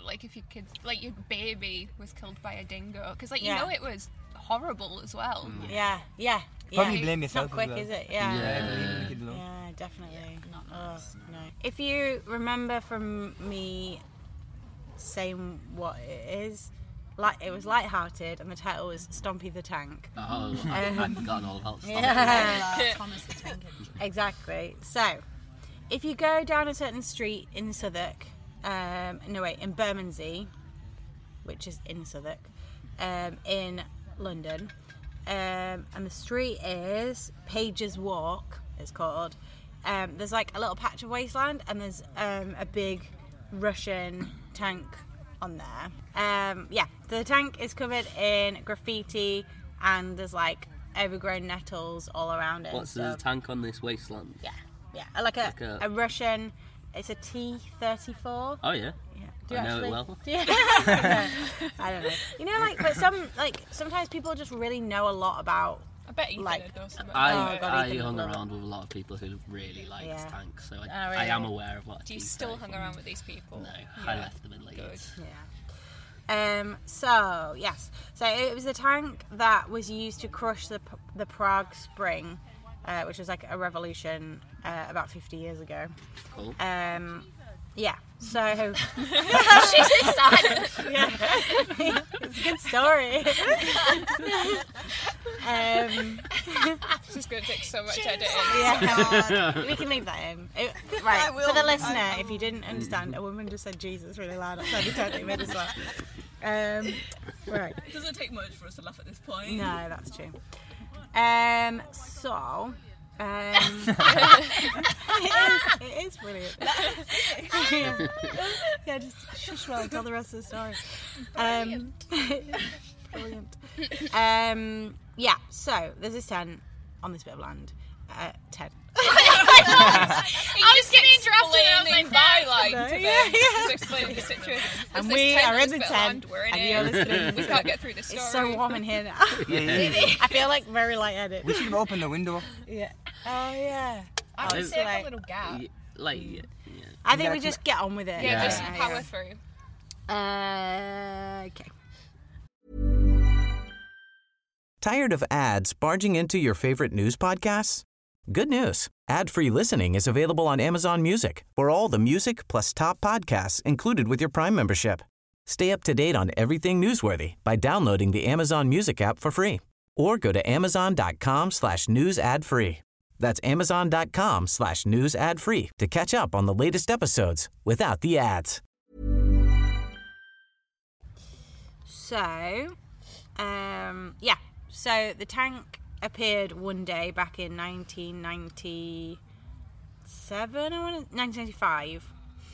[SPEAKER 2] Like if your kids, like your baby was killed by a dingo, because like you
[SPEAKER 1] Yeah.
[SPEAKER 2] know it was horrible as well.
[SPEAKER 1] yeah, yeah, yeah.
[SPEAKER 5] Probably blame
[SPEAKER 1] It's
[SPEAKER 5] yourself
[SPEAKER 1] Not
[SPEAKER 5] as
[SPEAKER 1] quick,
[SPEAKER 5] well.
[SPEAKER 1] is it? Yeah.
[SPEAKER 3] Yeah.
[SPEAKER 1] yeah.
[SPEAKER 5] Leave the kid alone.
[SPEAKER 1] definitely.
[SPEAKER 6] not
[SPEAKER 1] Ugh, no. If you remember from me saying what it is, like it was light-hearted, and the title was "Stompy the Tank."
[SPEAKER 3] Oh, I've forgotten all about stuff.
[SPEAKER 6] Like, Thomas the Tank Engine.
[SPEAKER 1] Exactly. So, if you go down a certain street in Southwark, um, no wait, in Bermondsey, which is in Southwark, um, in London, um, and the street is Page's Walk. It's called. Um, there's like a little patch of wasteland, and there's um, a big Russian tank on there. Um, yeah, the tank is covered in graffiti, and there's like overgrown nettles all around it. and
[SPEAKER 3] What's the
[SPEAKER 1] stuff.
[SPEAKER 3] tank on this wasteland?
[SPEAKER 1] Yeah. Yeah, uh, like a,
[SPEAKER 3] Like a-
[SPEAKER 1] a Russian. It's a T thirty four.
[SPEAKER 3] Oh yeah.
[SPEAKER 1] Yeah.
[SPEAKER 3] I know it well.
[SPEAKER 1] Do you- I don't know. You know, like, but some like sometimes people just really know a lot about.
[SPEAKER 2] I bet Ethan
[SPEAKER 1] Like,
[SPEAKER 2] would know something.
[SPEAKER 3] I,
[SPEAKER 1] Oh, God,
[SPEAKER 3] I
[SPEAKER 1] Ethan would
[SPEAKER 3] hung
[SPEAKER 1] love it.
[SPEAKER 3] around with a lot of people who really liked
[SPEAKER 1] Yeah.
[SPEAKER 3] tanks, so I,
[SPEAKER 1] Oh,
[SPEAKER 3] I am
[SPEAKER 1] really?
[SPEAKER 3] aware of what.
[SPEAKER 2] Do you still hang around with these people?
[SPEAKER 3] No, I
[SPEAKER 2] Yeah.
[SPEAKER 3] left them in
[SPEAKER 2] Good.
[SPEAKER 3] Leeds.
[SPEAKER 1] Yeah. Um. So yes. So it was a tank that was used to crush the P- the Prague Spring, uh, which was like a revolution uh, about fifty years ago.
[SPEAKER 3] Cool.
[SPEAKER 1] Um. Yeah. So.
[SPEAKER 6] She's excited.
[SPEAKER 1] yeah. it's a good story. um,
[SPEAKER 2] This is going to take so much editing.
[SPEAKER 1] yeah, we can leave that in. It- right,
[SPEAKER 4] will.
[SPEAKER 1] for the listener,
[SPEAKER 4] I-
[SPEAKER 1] if you didn't understand, a woman just said Jesus really loud outside the tent. It made us laugh. Um, right.
[SPEAKER 4] It doesn't take much for us to laugh at this point.
[SPEAKER 1] No, that's true. Um, so, um, it, is, it is brilliant. yeah. yeah, just shush while I tell the rest of the story. Um, brilliant. Um, yeah, so there's this tent on this bit of land. Uh, tent.
[SPEAKER 2] I'm just getting interrupted. I was like, bye, like,
[SPEAKER 1] No,
[SPEAKER 2] to them.
[SPEAKER 1] yeah, yeah.
[SPEAKER 2] Just explaining the situation.
[SPEAKER 1] And
[SPEAKER 2] There's this
[SPEAKER 1] we
[SPEAKER 2] tent
[SPEAKER 1] are
[SPEAKER 2] on
[SPEAKER 1] in
[SPEAKER 2] this
[SPEAKER 1] the
[SPEAKER 2] bit of
[SPEAKER 1] tent,
[SPEAKER 2] land, We're in
[SPEAKER 1] and
[SPEAKER 2] it.
[SPEAKER 1] you're listening.
[SPEAKER 2] We can't get through this story.
[SPEAKER 1] It's so warm in here now.
[SPEAKER 3] Yeah.
[SPEAKER 1] I feel like very light-headed.
[SPEAKER 5] We should have opened the window.
[SPEAKER 1] Yeah. Oh yeah.
[SPEAKER 6] I
[SPEAKER 3] Oh,
[SPEAKER 6] can
[SPEAKER 3] it's
[SPEAKER 6] see like,
[SPEAKER 1] like-
[SPEAKER 6] a little gap.
[SPEAKER 3] Y- Like, yeah, yeah.
[SPEAKER 1] I think we
[SPEAKER 5] gotta
[SPEAKER 1] just get on with it.
[SPEAKER 2] Yeah,
[SPEAKER 3] Yeah.
[SPEAKER 2] just
[SPEAKER 3] Yeah,
[SPEAKER 2] power through.
[SPEAKER 1] Uh, okay.
[SPEAKER 7] Tired of ads barging into your favorite news podcasts? Good news. Ad-free listening is available on Amazon Music for all the music plus top podcasts included with your Prime membership. Stay up to date on everything newsworthy by downloading the Amazon Music app for free or go to amazon.com slash news ad free. That's amazon.com slash news ad free to catch up on the latest episodes without the ads.
[SPEAKER 1] So, um, yeah. So the tank appeared one day back in 1997. I want to 1995.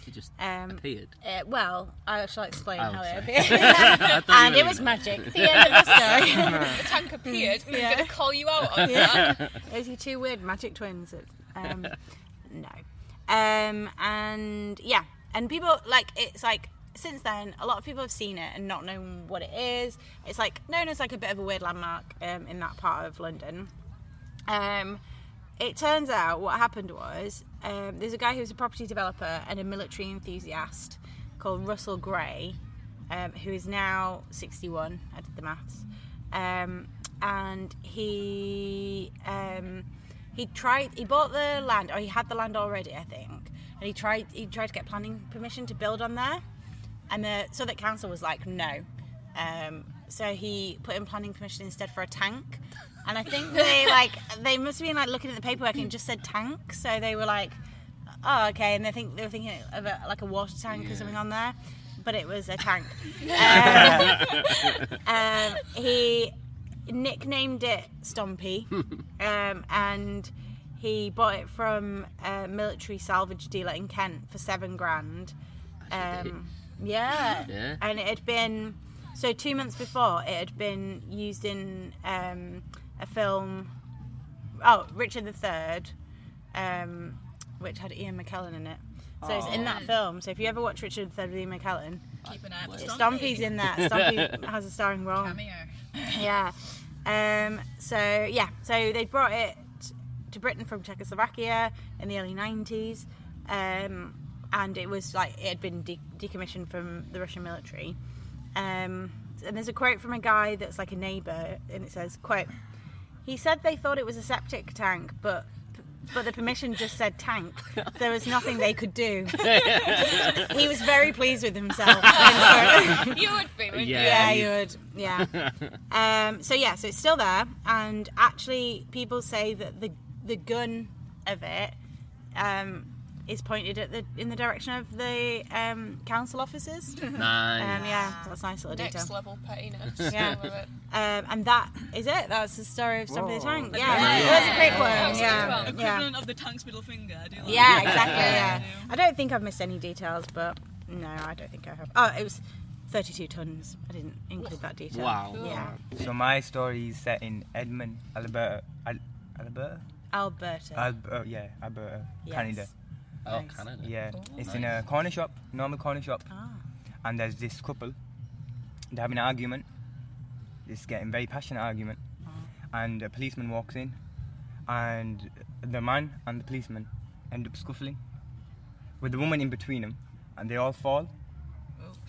[SPEAKER 3] It just
[SPEAKER 1] Um,
[SPEAKER 3] appeared.
[SPEAKER 1] Uh, well, I shall explain
[SPEAKER 3] Oh,
[SPEAKER 1] how it
[SPEAKER 3] sorry.
[SPEAKER 1] appeared.
[SPEAKER 3] I thought you
[SPEAKER 1] and
[SPEAKER 3] were
[SPEAKER 1] it was
[SPEAKER 3] leaving.
[SPEAKER 1] magic. The end of the story.
[SPEAKER 2] The tank appeared. We
[SPEAKER 1] Yeah.
[SPEAKER 2] We're going to call you out on that.
[SPEAKER 1] yeah. Those are two weird magic twins. that- Um, no. Um, and yeah, and people like it's like since then a lot of people have seen it and not known what it is. It's like known as like a bit of a weird landmark um, in that part of London. Um, it turns out what happened was um, there's a guy who was a property developer and a military enthusiast called Russell Gray, um, who is now 61. I did the maths, um, and he um, he tried he bought the land or he had the land already, I think, and he tried he tried to get planning permission to build on there, and the Southwark Council was like no. Um, so he put in planning permission instead for a tank. And I think they like they must have been like looking at the paperwork and it just said tank, so they were like, oh okay, and they think they were thinking of a, like a water tank or something on there, but it was a tank. Um, um, he nicknamed it Stompy, um, and he bought it from a military salvage dealer in Kent for seven grand. Um, yeah.
[SPEAKER 3] Yeah.
[SPEAKER 1] And it had been so two months before it had been used in um, a film. Oh, Richard III, um, which had Ian McKellen in it. So it's in that film. So if you ever watch Richard III with Ian McKellen,
[SPEAKER 4] Keep an eye out for
[SPEAKER 1] it's
[SPEAKER 4] Stompy.
[SPEAKER 1] Stompy's in that. Stompy has a starring role. Yeah. Um, so yeah, so they brought it to Britain from Czechoslovakia in the early '90s, um, and it was like it had been de- decommissioned from the Russian military. Um, and there's a quote from a guy that's like a neighbour, and it says, "quote He said they thought it was a septic tank, but." But the permission just said tank. There was nothing they could do. he was very pleased with himself.
[SPEAKER 2] You would be, wouldn't
[SPEAKER 3] Yeah.
[SPEAKER 2] you?
[SPEAKER 1] Yeah,
[SPEAKER 3] you-
[SPEAKER 1] you would. Yeah. um, so yeah, so it's still there, and actually, people say that the the gun of it um, is pointed at the in the direction of the um, council offices. Um,
[SPEAKER 3] Nice.
[SPEAKER 1] yeah, so that's a nice little
[SPEAKER 2] Next
[SPEAKER 1] detail.
[SPEAKER 2] level pettiness.
[SPEAKER 1] Yeah.
[SPEAKER 2] I love it.
[SPEAKER 1] Um, and that is it. That's the story of Stompy the Tank. Yeah,
[SPEAKER 4] Yeah.
[SPEAKER 1] that's a quick
[SPEAKER 2] That
[SPEAKER 1] one.
[SPEAKER 2] was a
[SPEAKER 1] Yeah,
[SPEAKER 2] good
[SPEAKER 1] yeah.
[SPEAKER 4] Equivalent of the tank's middle finger. I do like
[SPEAKER 1] Yeah,
[SPEAKER 4] that.
[SPEAKER 1] exactly.
[SPEAKER 4] Yeah.
[SPEAKER 1] Yeah. I don't think I've missed any details, but no, I don't think I have. Oh, it was 32 tons. I didn't include that detail.
[SPEAKER 3] Wow.
[SPEAKER 1] um, Yeah.
[SPEAKER 5] So my story is set in Edmund, Alberta. Al- Alberta?
[SPEAKER 1] Alberta.
[SPEAKER 5] Alberta, yeah, Alberta,
[SPEAKER 1] Yes.
[SPEAKER 5] Canada.
[SPEAKER 3] Oh,
[SPEAKER 1] Nice.
[SPEAKER 3] Canada.
[SPEAKER 5] Yeah, it's in
[SPEAKER 3] Nice.
[SPEAKER 5] a corner shop, normal corner shop,
[SPEAKER 1] Ah.
[SPEAKER 5] and there's this couple. They're having an argument. It's getting very passionate argument, and a policeman walks in, and the man and the policeman end up scuffling, with the woman in between them, and they all fall.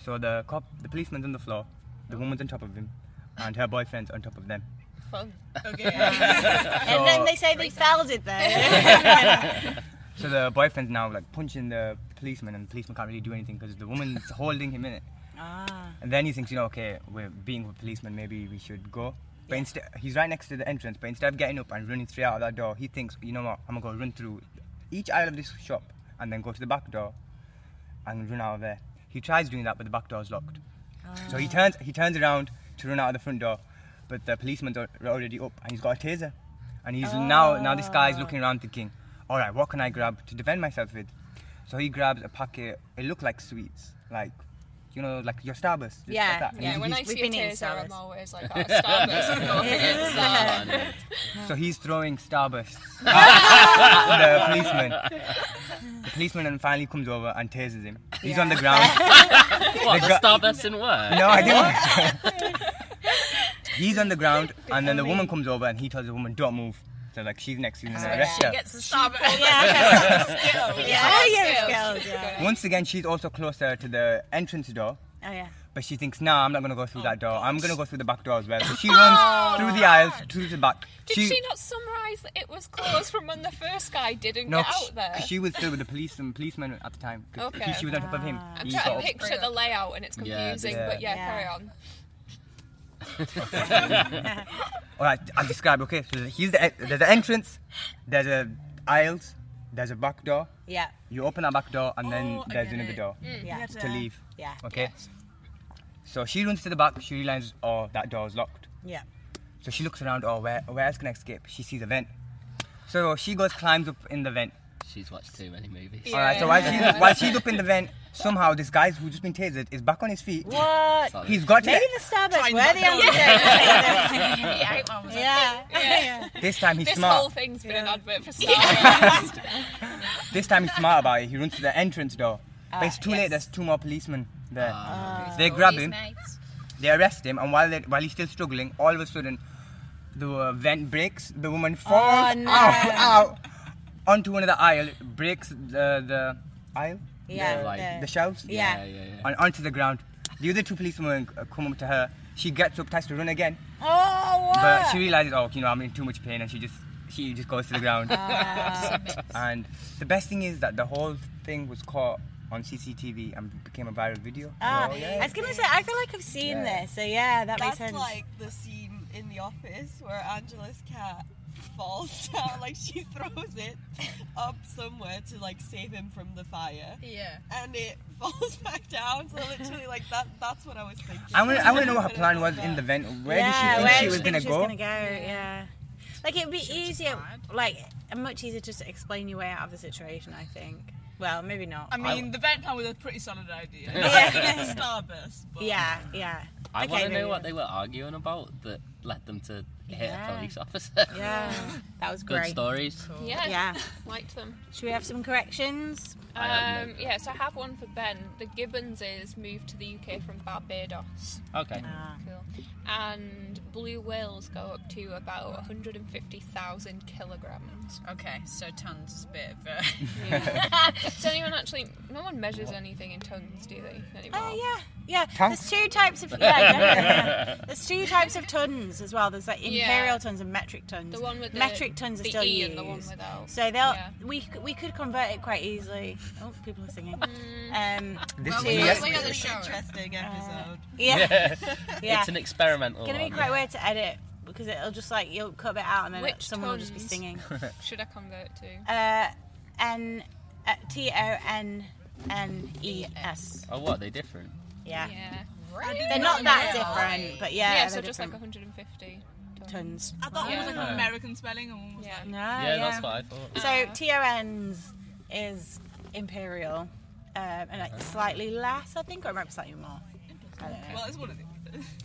[SPEAKER 5] So the cop, the policeman's on the floor, the woman's on top of him, and her boyfriend's on top of them.
[SPEAKER 2] Fun.
[SPEAKER 1] And then they say they fell, did they?
[SPEAKER 5] So the boyfriend's now like punching the policeman, and the policeman can't really do anything because the woman's holding him in it.
[SPEAKER 1] ah.
[SPEAKER 5] And then he thinks, you know, okay, we're being with policemen, maybe we should go. But instead, he's right next to the entrance. But instead of getting up and running straight out of that door, he thinks, you know what, I'm gonna go run through each aisle of this shop and then go to the back door and run out of there. He tries doing that, but the back door's locked. So he turns, he turns around to run out of the front door, but the policeman's al- already up and he's got a taser. And he's now, now this guy's looking around thinking, all right, what can I grab to defend myself with? So he grabs a packet. It looked like sweets, like you know, like your Starburst. just like
[SPEAKER 1] Yeah,
[SPEAKER 5] that. And
[SPEAKER 2] Yeah,
[SPEAKER 5] he's-
[SPEAKER 2] when I
[SPEAKER 1] We've
[SPEAKER 2] see a
[SPEAKER 1] been eating
[SPEAKER 2] taser,
[SPEAKER 1] Starburst.
[SPEAKER 2] I'm always like, oh, Starburst, go against that.
[SPEAKER 5] So he's throwing Starbursts at the policeman. The policeman then finally comes over and tases him. He's on the ground.
[SPEAKER 3] What, the
[SPEAKER 5] got-
[SPEAKER 3] Starburst didn't work?
[SPEAKER 5] No, I didn't. he's on the ground, and then the woman comes over and he tells the woman, "Don't move." So like she's next to him and
[SPEAKER 2] Oh,
[SPEAKER 5] arrests her.
[SPEAKER 6] Gets the Starburst.
[SPEAKER 1] Oh, Yeah, yeah, skills, yeah.
[SPEAKER 5] Once again, she's also closer to the entrance door.
[SPEAKER 1] Oh, yeah.
[SPEAKER 5] But she thinks, nah, I'm not gonna go through
[SPEAKER 2] Oh,
[SPEAKER 5] that door. I'm gonna go through the back door as well. So she runs through the aisles, through the back.
[SPEAKER 2] Did she, not summarise that it was closed from when the first guy didn't
[SPEAKER 5] No,
[SPEAKER 2] get out there?
[SPEAKER 5] 'cause she was still with the police and policeman at the time. 'cause
[SPEAKER 2] Okay. Ah.
[SPEAKER 5] She was on top of him.
[SPEAKER 2] I'm
[SPEAKER 5] He
[SPEAKER 2] trying
[SPEAKER 5] got
[SPEAKER 2] to
[SPEAKER 5] up.
[SPEAKER 2] picture the layout and it's
[SPEAKER 3] Yeah,
[SPEAKER 2] confusing,
[SPEAKER 5] yeah.
[SPEAKER 2] but yeah,
[SPEAKER 1] Yeah.
[SPEAKER 2] carry on.
[SPEAKER 5] All right, I'll describe. Okay, so here's the en- there's the entrance, there's a aisles, there's a back door.
[SPEAKER 1] Yeah.
[SPEAKER 5] You open that back door and then
[SPEAKER 4] Oh, I
[SPEAKER 5] there's
[SPEAKER 4] get
[SPEAKER 5] another
[SPEAKER 4] it.
[SPEAKER 5] door
[SPEAKER 2] Mm.
[SPEAKER 1] Yeah.
[SPEAKER 5] Hmm. to uh, leave.
[SPEAKER 1] Yeah.
[SPEAKER 5] Okay. So she runs to the back. She realizes, oh, that door is locked.
[SPEAKER 1] Yeah.
[SPEAKER 5] So she looks around. Oh, where where else can I escape? She sees a vent. So she goes climbs up in the vent.
[SPEAKER 3] She's watched too many movies.
[SPEAKER 5] All right. So while she's while she's up in the vent, somehow this guy who's just been tasered is back on his feet.
[SPEAKER 1] What?
[SPEAKER 3] Sorry.
[SPEAKER 5] He's got
[SPEAKER 1] Maybe
[SPEAKER 5] it.
[SPEAKER 1] the Starburst were the only
[SPEAKER 6] Yeah, eight one was like,
[SPEAKER 1] Yeah. yeah.
[SPEAKER 5] This time he's
[SPEAKER 2] This
[SPEAKER 5] smart.
[SPEAKER 2] whole thing's been an advert for Starburst.
[SPEAKER 5] This time he's smart about it. He runs to the entrance door. but
[SPEAKER 2] Ah,
[SPEAKER 5] it's too late. There's two more policemen there. they grab him.
[SPEAKER 6] mates.
[SPEAKER 5] They arrest him. And while they, while he's still struggling, all of a sudden, the uh, vent breaks. The woman falls
[SPEAKER 1] Oh, no.
[SPEAKER 5] out, out onto one of the aisle. Breaks the the aisle.
[SPEAKER 1] Yeah,
[SPEAKER 5] The,
[SPEAKER 3] the-
[SPEAKER 5] the shelves.
[SPEAKER 3] yeah,
[SPEAKER 1] Yeah.
[SPEAKER 3] yeah, yeah.
[SPEAKER 5] And onto the ground. The other two policemen uh, come up to her. She gets up, tries to run again,
[SPEAKER 1] Oh, what?
[SPEAKER 5] but she realizes, oh, you know, I'm in too much pain, and she just she just goes to the ground.
[SPEAKER 1] Ah.
[SPEAKER 5] And the best thing is that the whole thing was caught on CCTV and became a viral video.
[SPEAKER 1] Ah,
[SPEAKER 5] Oh,
[SPEAKER 1] I was gonna say, I feel like I've seen
[SPEAKER 5] Yeah.
[SPEAKER 1] this, so yeah, that
[SPEAKER 4] That's
[SPEAKER 1] makes sense.
[SPEAKER 4] like the scene in The Office where Angela's cat falls down, like she throws it up somewhere to like save him from the fire,
[SPEAKER 6] Yeah.
[SPEAKER 4] and it falls back down. So literally, like that—that's what I was thinking.
[SPEAKER 5] I want to I wanna know what her plan was in the vent. Where
[SPEAKER 1] yeah,
[SPEAKER 5] did she think
[SPEAKER 1] where
[SPEAKER 5] she
[SPEAKER 1] did
[SPEAKER 5] was
[SPEAKER 1] think
[SPEAKER 5] going
[SPEAKER 1] she
[SPEAKER 5] to go?
[SPEAKER 1] gonna Yeah. Like it'd be easier, like much easier just to explain your way out of the situation. I think. Well, maybe not.
[SPEAKER 4] I mean, the vent plan was a pretty solid idea.
[SPEAKER 1] Yeah.
[SPEAKER 4] Starburst. But
[SPEAKER 1] yeah, yeah.
[SPEAKER 3] I
[SPEAKER 1] Okay,
[SPEAKER 3] want to
[SPEAKER 1] maybe
[SPEAKER 3] know what
[SPEAKER 1] not.
[SPEAKER 3] they were arguing about that led them to hit a
[SPEAKER 1] Yeah.
[SPEAKER 3] police officer.
[SPEAKER 1] Yeah, that was
[SPEAKER 3] Good
[SPEAKER 1] great.
[SPEAKER 3] stories.
[SPEAKER 2] yeah,
[SPEAKER 1] Yeah.
[SPEAKER 2] liked them.
[SPEAKER 1] Should we have some corrections?
[SPEAKER 3] I have no
[SPEAKER 2] Um, yeah, so I have one for Ben. The Gibbonses moved to the UK from Barbados.
[SPEAKER 3] Okay.
[SPEAKER 1] Uh,
[SPEAKER 2] Cool. And blue whales go up to about 150,000 kilograms.
[SPEAKER 6] Okay, so tons is a bit of a
[SPEAKER 2] Does anyone actually? No one measures anything in tons, do they? Anymore?
[SPEAKER 1] Oh yeah, yeah.
[SPEAKER 5] Tons?
[SPEAKER 1] There's two types of yeah, yeah, yeah. There's two types of tons as well. There's like
[SPEAKER 2] Yeah.
[SPEAKER 1] imperial tons and metric tons.
[SPEAKER 2] The one with the-
[SPEAKER 1] metric tons are
[SPEAKER 2] the
[SPEAKER 1] still
[SPEAKER 2] E
[SPEAKER 1] used.
[SPEAKER 2] and the one without.
[SPEAKER 1] So they'll
[SPEAKER 2] Yeah.
[SPEAKER 1] we c- we could convert it quite easily. Oh, people are
[SPEAKER 2] Mm.
[SPEAKER 1] singing. Um, Uh,
[SPEAKER 5] This
[SPEAKER 2] Oh,
[SPEAKER 6] Well,
[SPEAKER 5] is
[SPEAKER 6] we
[SPEAKER 5] yes.
[SPEAKER 6] we got the
[SPEAKER 4] Really
[SPEAKER 6] show.
[SPEAKER 4] interesting episode.
[SPEAKER 1] yeah, yeah.
[SPEAKER 3] It's an experimental
[SPEAKER 1] gonna be
[SPEAKER 3] one.
[SPEAKER 1] quite weird to edit because it'll just like you'll cut it out and then
[SPEAKER 2] Which
[SPEAKER 1] it- someone will just be
[SPEAKER 2] tons?
[SPEAKER 1] singing.
[SPEAKER 2] Should I convert to?
[SPEAKER 1] Uh, N uh, T O N N E S.
[SPEAKER 3] Oh, what? They're different.
[SPEAKER 1] Yeah.
[SPEAKER 2] Yeah.
[SPEAKER 1] They're not that different, but yeah,
[SPEAKER 2] Yeah, so
[SPEAKER 1] they're
[SPEAKER 2] just like
[SPEAKER 1] different
[SPEAKER 2] 150 tons.
[SPEAKER 1] tons.
[SPEAKER 4] I thought it was like
[SPEAKER 3] Yeah.
[SPEAKER 4] an American spelling. And one was
[SPEAKER 2] Yeah.
[SPEAKER 4] like,
[SPEAKER 1] No,
[SPEAKER 3] yeah, that's what I thought.
[SPEAKER 1] So TRN's is imperial, um, and like slightly less, I think, or it might be slightly more. I don't know.
[SPEAKER 4] Well, it's one of the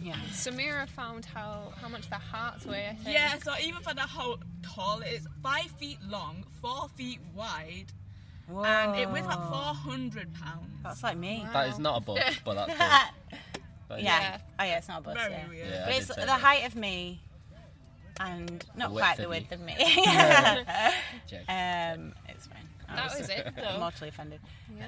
[SPEAKER 1] Yeah.
[SPEAKER 2] Samira found how, how much their hearts weigh, I think.
[SPEAKER 4] Yeah, so even for the how tall it is, five feet long, four feet wide, and it weighs
[SPEAKER 5] Oh.
[SPEAKER 4] about four hundred pounds.
[SPEAKER 1] That's like me. Uh,
[SPEAKER 3] That is not a book, but that's good. But
[SPEAKER 1] Oh. Yeah.
[SPEAKER 3] yeah.
[SPEAKER 1] Oh yeah, it's not a bus.
[SPEAKER 4] Very
[SPEAKER 1] yeah.
[SPEAKER 4] weird.
[SPEAKER 3] Yeah, I
[SPEAKER 1] But
[SPEAKER 3] did
[SPEAKER 1] it's
[SPEAKER 3] say
[SPEAKER 1] the
[SPEAKER 3] that.
[SPEAKER 1] height of me, and not
[SPEAKER 3] The width
[SPEAKER 1] quite the
[SPEAKER 3] of
[SPEAKER 1] width
[SPEAKER 3] you.
[SPEAKER 1] of me.
[SPEAKER 3] Joke.
[SPEAKER 1] um, it's fine. I
[SPEAKER 2] That
[SPEAKER 1] was
[SPEAKER 2] was it,
[SPEAKER 1] I'm
[SPEAKER 2] though.
[SPEAKER 1] mortally offended.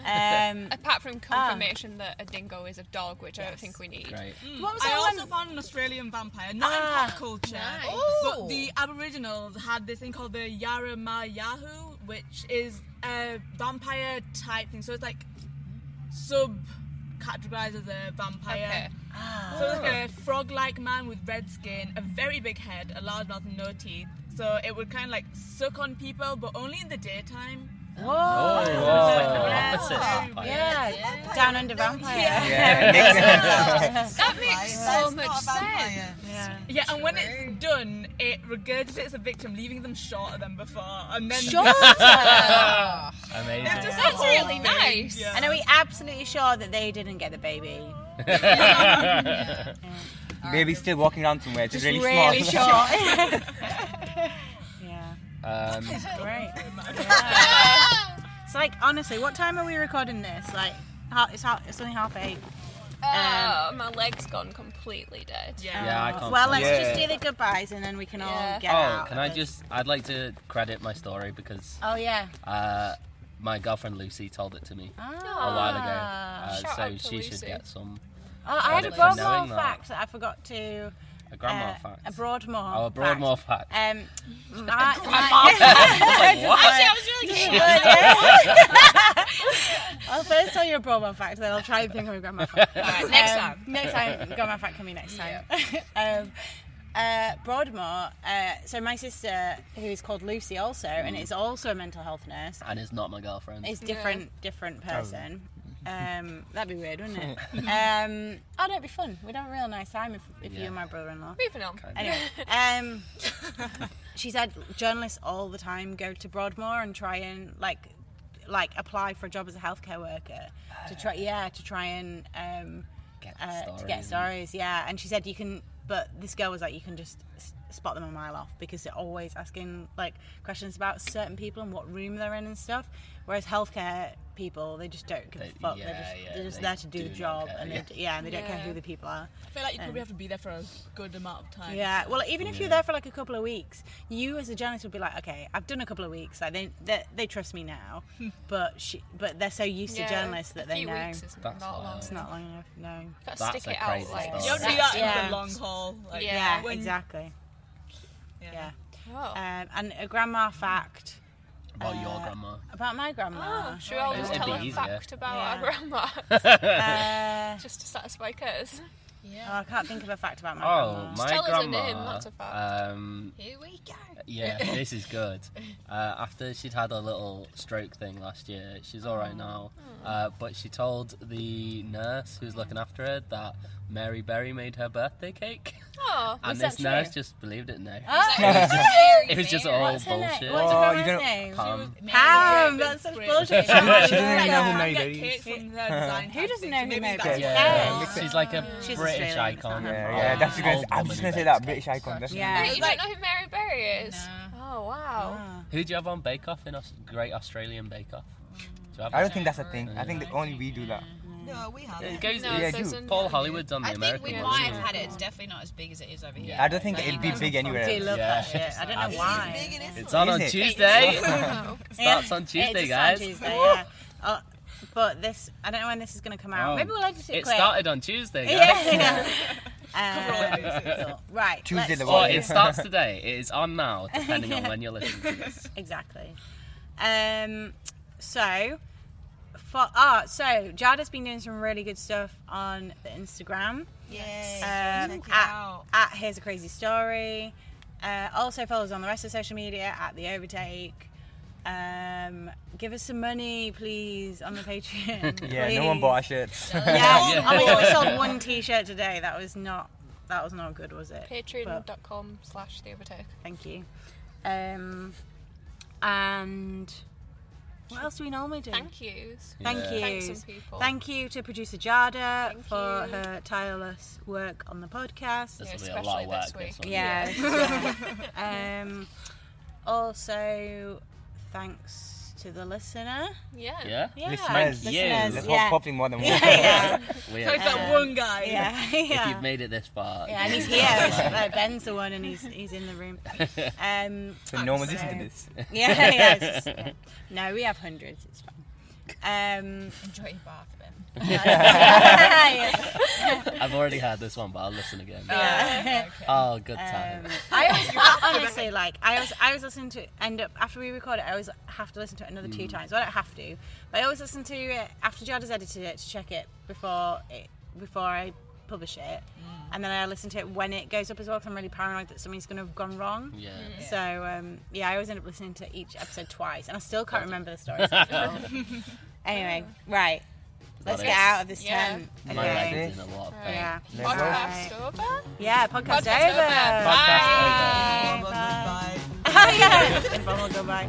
[SPEAKER 1] Um,
[SPEAKER 2] Apart from confirmation that a dingo is a dog, which I don't think we need.
[SPEAKER 3] Great.
[SPEAKER 1] what was
[SPEAKER 4] I
[SPEAKER 1] that
[SPEAKER 4] also
[SPEAKER 1] one?
[SPEAKER 4] found an Australian vampire, not in
[SPEAKER 1] Ah,
[SPEAKER 4] pop culture,
[SPEAKER 2] nice.
[SPEAKER 4] but the Aboriginals had this thing called the Yaramayahu, which is a vampire type thing. So it's like sub categorized as a vampire.
[SPEAKER 2] Okay.
[SPEAKER 4] So it's like a frog-like man with red skin, a very big head, a large mouth, and no teeth. So it would kind of like suck on people, but only in the daytime.
[SPEAKER 3] Oh,
[SPEAKER 1] Whoa.
[SPEAKER 3] wow. opposite
[SPEAKER 4] Yeah.
[SPEAKER 3] vampire.
[SPEAKER 1] Yeah. Down under vampire.
[SPEAKER 2] That makes so much sense.
[SPEAKER 4] Yeah, and when it's done, it regurgitates the victim, leaving them shorter than before, and then
[SPEAKER 3] Amazing.
[SPEAKER 4] It's just
[SPEAKER 2] That's
[SPEAKER 4] a whole
[SPEAKER 2] really
[SPEAKER 4] thing.
[SPEAKER 2] nice.
[SPEAKER 4] Yeah.
[SPEAKER 1] And are we absolutely sure that they didn't get the baby?
[SPEAKER 5] Baby's still walking around somewhere. It's really,
[SPEAKER 1] really
[SPEAKER 5] small.
[SPEAKER 1] sure. yeah.
[SPEAKER 3] Um,
[SPEAKER 1] Great. It's like honestly, what time are we recording this? Like, ha- it's ha- it's only half eight.
[SPEAKER 2] Oh, my leg's gone completely dead.
[SPEAKER 3] yeah, I can't.
[SPEAKER 1] Well,
[SPEAKER 3] tell.
[SPEAKER 1] let's just
[SPEAKER 5] Yeah.
[SPEAKER 1] do the goodbyes and then we can all
[SPEAKER 2] Yeah.
[SPEAKER 1] get
[SPEAKER 3] Oh,
[SPEAKER 1] out.
[SPEAKER 3] can I just? I'd like to credit my story because
[SPEAKER 1] Oh yeah.
[SPEAKER 3] uh, my girlfriend Lucy told it to me
[SPEAKER 2] Oh,
[SPEAKER 3] a
[SPEAKER 1] Ah.
[SPEAKER 3] while ago, uh,
[SPEAKER 2] Shout out
[SPEAKER 3] so
[SPEAKER 2] to
[SPEAKER 3] she
[SPEAKER 2] Lucy.
[SPEAKER 3] should get some.
[SPEAKER 1] Oh, I had a
[SPEAKER 3] Credit for
[SPEAKER 1] Broadmoor
[SPEAKER 3] knowing that.
[SPEAKER 1] fact that I forgot to.
[SPEAKER 3] A grandma
[SPEAKER 1] uh,
[SPEAKER 3] fact.
[SPEAKER 1] A Broadmoor.
[SPEAKER 3] Oh, a Broadmoor fact.
[SPEAKER 1] Um, my,
[SPEAKER 2] Actually, I was really
[SPEAKER 1] Good, yeah. I'll first tell you a grandma fact, then I'll try and think of a grandma fact.
[SPEAKER 6] Alright, next
[SPEAKER 1] Um,
[SPEAKER 6] time.
[SPEAKER 1] Next time, grandma fact can be next time. um, uh, Broadmoor. Uh, so my sister, who is called Lucy, also, and is also a mental health nurse,
[SPEAKER 3] and it's not my girlfriend.
[SPEAKER 1] is different, different person. Um, that'd be weird, wouldn't it? um, oh, no, it'd be fun. We'd have a real nice time if, if you
[SPEAKER 3] Yeah.
[SPEAKER 1] and my brother-in-law.
[SPEAKER 2] Moving on.
[SPEAKER 1] Anyway, um, she said journalists all the time go to Broadmoor and try and like like apply for a job as a healthcare worker to try yeah to try and um,
[SPEAKER 3] Uh. Get
[SPEAKER 1] uh, to get
[SPEAKER 3] stories.
[SPEAKER 1] stories yeah and she said you can but this girl was like you can just s- spot them a mile off because they're always asking like questions about certain people and what room they're in and stuff whereas healthcare people they just don't give a
[SPEAKER 3] They-
[SPEAKER 1] fuck
[SPEAKER 3] yeah,
[SPEAKER 1] they're just,
[SPEAKER 3] yeah,
[SPEAKER 1] they're just
[SPEAKER 3] they
[SPEAKER 1] there to do,
[SPEAKER 3] do
[SPEAKER 1] the
[SPEAKER 3] not
[SPEAKER 1] job
[SPEAKER 3] care,
[SPEAKER 1] and they
[SPEAKER 3] yeah.
[SPEAKER 1] d- yeah and they don't care who
[SPEAKER 2] Yeah.
[SPEAKER 1] the people are
[SPEAKER 4] I feel like you probably have to be there for a good amount of time.
[SPEAKER 1] Eh. yeah, well, even if you're there for like a couple of weeks, you as a journalist would be like, okay, I've done a couple of weeks. Like they they, they trust me now, but she, but they're so used
[SPEAKER 2] Yeah,
[SPEAKER 1] to journalists that
[SPEAKER 2] a
[SPEAKER 1] they
[SPEAKER 2] few
[SPEAKER 1] know
[SPEAKER 2] Weeks is
[SPEAKER 3] That's
[SPEAKER 2] not
[SPEAKER 3] wild.
[SPEAKER 2] long.
[SPEAKER 1] it's not long enough. No.
[SPEAKER 2] Gotta
[SPEAKER 3] That's
[SPEAKER 2] stick
[SPEAKER 3] a
[SPEAKER 2] it out
[SPEAKER 3] crazy
[SPEAKER 2] like.
[SPEAKER 3] story.
[SPEAKER 4] You don't do
[SPEAKER 1] That's-
[SPEAKER 4] that
[SPEAKER 1] yeah.
[SPEAKER 4] in the long haul. Like,
[SPEAKER 1] Yeah,
[SPEAKER 2] Yeah,
[SPEAKER 4] when-
[SPEAKER 1] exactly. Yeah.
[SPEAKER 2] Whoa.
[SPEAKER 1] Um, and a grandma fact
[SPEAKER 3] About your grandma.
[SPEAKER 1] about my grandma. Uh,
[SPEAKER 2] Oh, should we all
[SPEAKER 3] It'd
[SPEAKER 2] just
[SPEAKER 3] be
[SPEAKER 2] tell a
[SPEAKER 3] easier.
[SPEAKER 2] fact about
[SPEAKER 1] Yeah.
[SPEAKER 2] our grandma
[SPEAKER 1] Uh,
[SPEAKER 2] just to satisfy Curtis?
[SPEAKER 1] oh, I can't think of a fact about my
[SPEAKER 3] Oh,
[SPEAKER 1] grandma.
[SPEAKER 3] my
[SPEAKER 2] tell us
[SPEAKER 3] grandma.
[SPEAKER 2] her name, that's a fact.
[SPEAKER 3] Um,
[SPEAKER 6] Here we go.
[SPEAKER 3] yeah, this is good. Uh, after she'd had a little stroke thing last year, she's all right now. Uh, but she told the nurse who's looking after her that Mary Berry made her birthday cake,
[SPEAKER 2] Oh,
[SPEAKER 3] and
[SPEAKER 1] that
[SPEAKER 3] this nurse
[SPEAKER 1] true? Oh,
[SPEAKER 3] just believed it. No,
[SPEAKER 6] Very
[SPEAKER 3] it was just
[SPEAKER 6] fair.
[SPEAKER 3] all
[SPEAKER 1] What's her
[SPEAKER 3] bullshit.
[SPEAKER 1] name? What's
[SPEAKER 5] Oh,
[SPEAKER 1] her
[SPEAKER 5] you
[SPEAKER 1] grandma's
[SPEAKER 5] don't-
[SPEAKER 1] name?
[SPEAKER 3] Um,
[SPEAKER 1] Pam. That's such bullshit.
[SPEAKER 5] She doesn't even know who
[SPEAKER 4] I
[SPEAKER 5] made
[SPEAKER 4] get
[SPEAKER 5] it.
[SPEAKER 4] cake from their design.
[SPEAKER 1] Who doesn't know who
[SPEAKER 4] Maybe
[SPEAKER 1] made
[SPEAKER 4] that's
[SPEAKER 1] it?
[SPEAKER 3] yeah,
[SPEAKER 1] Yeah.
[SPEAKER 3] she's like a
[SPEAKER 1] She's Australian,
[SPEAKER 3] British
[SPEAKER 1] it's not
[SPEAKER 3] icon.
[SPEAKER 1] her
[SPEAKER 3] for
[SPEAKER 5] Yeah,
[SPEAKER 1] fault.
[SPEAKER 5] yeah,
[SPEAKER 3] old
[SPEAKER 5] that's good. I'm
[SPEAKER 3] woman
[SPEAKER 5] just gonna say
[SPEAKER 3] events.
[SPEAKER 5] that British icon. That's
[SPEAKER 1] Oh, Yeah.
[SPEAKER 2] Wait, you don't know who Mary Berry is? Oh, wow.
[SPEAKER 3] Who do you have on Bake Off in Aus- Great Australian Bake Off? Do you have
[SPEAKER 5] I
[SPEAKER 3] one?
[SPEAKER 5] don't think that's a thing. I think that only we do that.
[SPEAKER 4] No, we have
[SPEAKER 3] It
[SPEAKER 4] it.
[SPEAKER 3] goes.
[SPEAKER 2] No,
[SPEAKER 5] Yeah,
[SPEAKER 2] there's
[SPEAKER 5] do.
[SPEAKER 2] an-
[SPEAKER 3] Paul Hollywood's on the
[SPEAKER 6] I
[SPEAKER 3] American.
[SPEAKER 6] think we
[SPEAKER 3] one,
[SPEAKER 6] might
[SPEAKER 3] isn't
[SPEAKER 6] have
[SPEAKER 3] it?
[SPEAKER 6] had it. It's definitely not as big as it is over here.
[SPEAKER 5] I don't think it'd be big anywhere
[SPEAKER 1] I do
[SPEAKER 5] else.
[SPEAKER 1] love
[SPEAKER 3] Yeah.
[SPEAKER 1] that shit. I don't know
[SPEAKER 3] It's
[SPEAKER 1] why.
[SPEAKER 3] It's on on
[SPEAKER 5] Is it?
[SPEAKER 3] Tuesday. Starts
[SPEAKER 1] Yeah,
[SPEAKER 3] on Tuesday,
[SPEAKER 1] it's on
[SPEAKER 3] guys.
[SPEAKER 1] Tuesday, yeah. Uh, but this, I don't know when this is going to come out.
[SPEAKER 3] Oh.
[SPEAKER 1] Maybe we'll edit it.
[SPEAKER 3] It
[SPEAKER 1] quick.
[SPEAKER 3] started on Tuesday, guys.
[SPEAKER 1] Yeah. Um, right.
[SPEAKER 5] Tuesday
[SPEAKER 1] let's
[SPEAKER 5] the
[SPEAKER 1] do
[SPEAKER 3] Or
[SPEAKER 5] Oh,
[SPEAKER 3] it
[SPEAKER 5] yeah.
[SPEAKER 1] this.
[SPEAKER 3] starts today. It is on now, depending on when you're listening to this.
[SPEAKER 1] Exactly. Um, so, for, ah, so Jada's been doing some really good stuff on the Instagram.
[SPEAKER 4] Yes.
[SPEAKER 1] um, at, at Here's a Crazy Story. Uh, also follow us on the rest of social media at The Overtake. Um, give us some money, please, on the Patreon.
[SPEAKER 5] Yeah,
[SPEAKER 1] please.
[SPEAKER 5] no one bought our shirts.
[SPEAKER 1] Yeah. Oh my god, we sold one T-shirt today. That was not. That was not good, was it? But
[SPEAKER 2] Patreon.com slash the overtake.
[SPEAKER 1] thank you. Um, and What else do we normally do?
[SPEAKER 2] Thank yous.
[SPEAKER 1] Thank
[SPEAKER 3] Yeah.
[SPEAKER 1] you.
[SPEAKER 2] Thank some people.
[SPEAKER 1] Thank you to producer Jada
[SPEAKER 2] Thank
[SPEAKER 1] for
[SPEAKER 2] you.
[SPEAKER 1] her tireless work on the podcast.
[SPEAKER 3] This will
[SPEAKER 2] Yeah,
[SPEAKER 3] be a lot of work.
[SPEAKER 2] especially this
[SPEAKER 3] one.
[SPEAKER 1] Yeah. yeah. um, also, thanks to the listener.
[SPEAKER 2] Yeah.
[SPEAKER 3] Yeah.
[SPEAKER 1] Yeah.
[SPEAKER 5] Listeners.
[SPEAKER 3] Yeah.
[SPEAKER 1] Listeners.
[SPEAKER 5] Let's hope
[SPEAKER 1] Yeah.
[SPEAKER 5] hopefully more than one.
[SPEAKER 1] yeah.
[SPEAKER 3] We
[SPEAKER 4] Like
[SPEAKER 3] are-
[SPEAKER 2] Um,
[SPEAKER 4] that one guy.
[SPEAKER 1] Yeah.
[SPEAKER 3] if
[SPEAKER 1] yeah.
[SPEAKER 3] you've made it this far,
[SPEAKER 1] Yeah, and he's here. Uh, Ben's the one, and he's he's in the room. Um,
[SPEAKER 5] So no one listens to this.
[SPEAKER 1] yeah, yeah, it's just- yeah. No, we have hundreds. It's fine. Um,
[SPEAKER 6] Enjoy your bath, Ben.
[SPEAKER 3] I've already had this one, but I'll listen again.
[SPEAKER 1] yeah.
[SPEAKER 3] oh, good
[SPEAKER 1] Um,
[SPEAKER 3] time.
[SPEAKER 1] I always I honestly like I was I was listening to it end up after we record it I always have to listen to it another
[SPEAKER 3] Mm.
[SPEAKER 1] two times well I don't have to but I always listen to it after Jada's edited it to check it before it before I publish it
[SPEAKER 3] Mm.
[SPEAKER 1] and then I listen to it when it goes up as well because I'm really paranoid that something's going to have gone wrong
[SPEAKER 3] Yeah.
[SPEAKER 1] so um, yeah I always end up listening to each episode twice and I still can't remember the stories after all. anyway right let's
[SPEAKER 3] that
[SPEAKER 1] get
[SPEAKER 3] it?
[SPEAKER 1] out of this
[SPEAKER 2] Yeah.
[SPEAKER 1] tent
[SPEAKER 3] My
[SPEAKER 1] okay.
[SPEAKER 3] leg is in a lot of pain.
[SPEAKER 1] yeah
[SPEAKER 2] Podcast over.
[SPEAKER 1] yeah podcast,
[SPEAKER 2] Podcast
[SPEAKER 1] over,
[SPEAKER 2] over. Bye.
[SPEAKER 1] Bye.
[SPEAKER 3] Podcast
[SPEAKER 5] Bye.
[SPEAKER 1] Oh, yeah. Informal goodbye.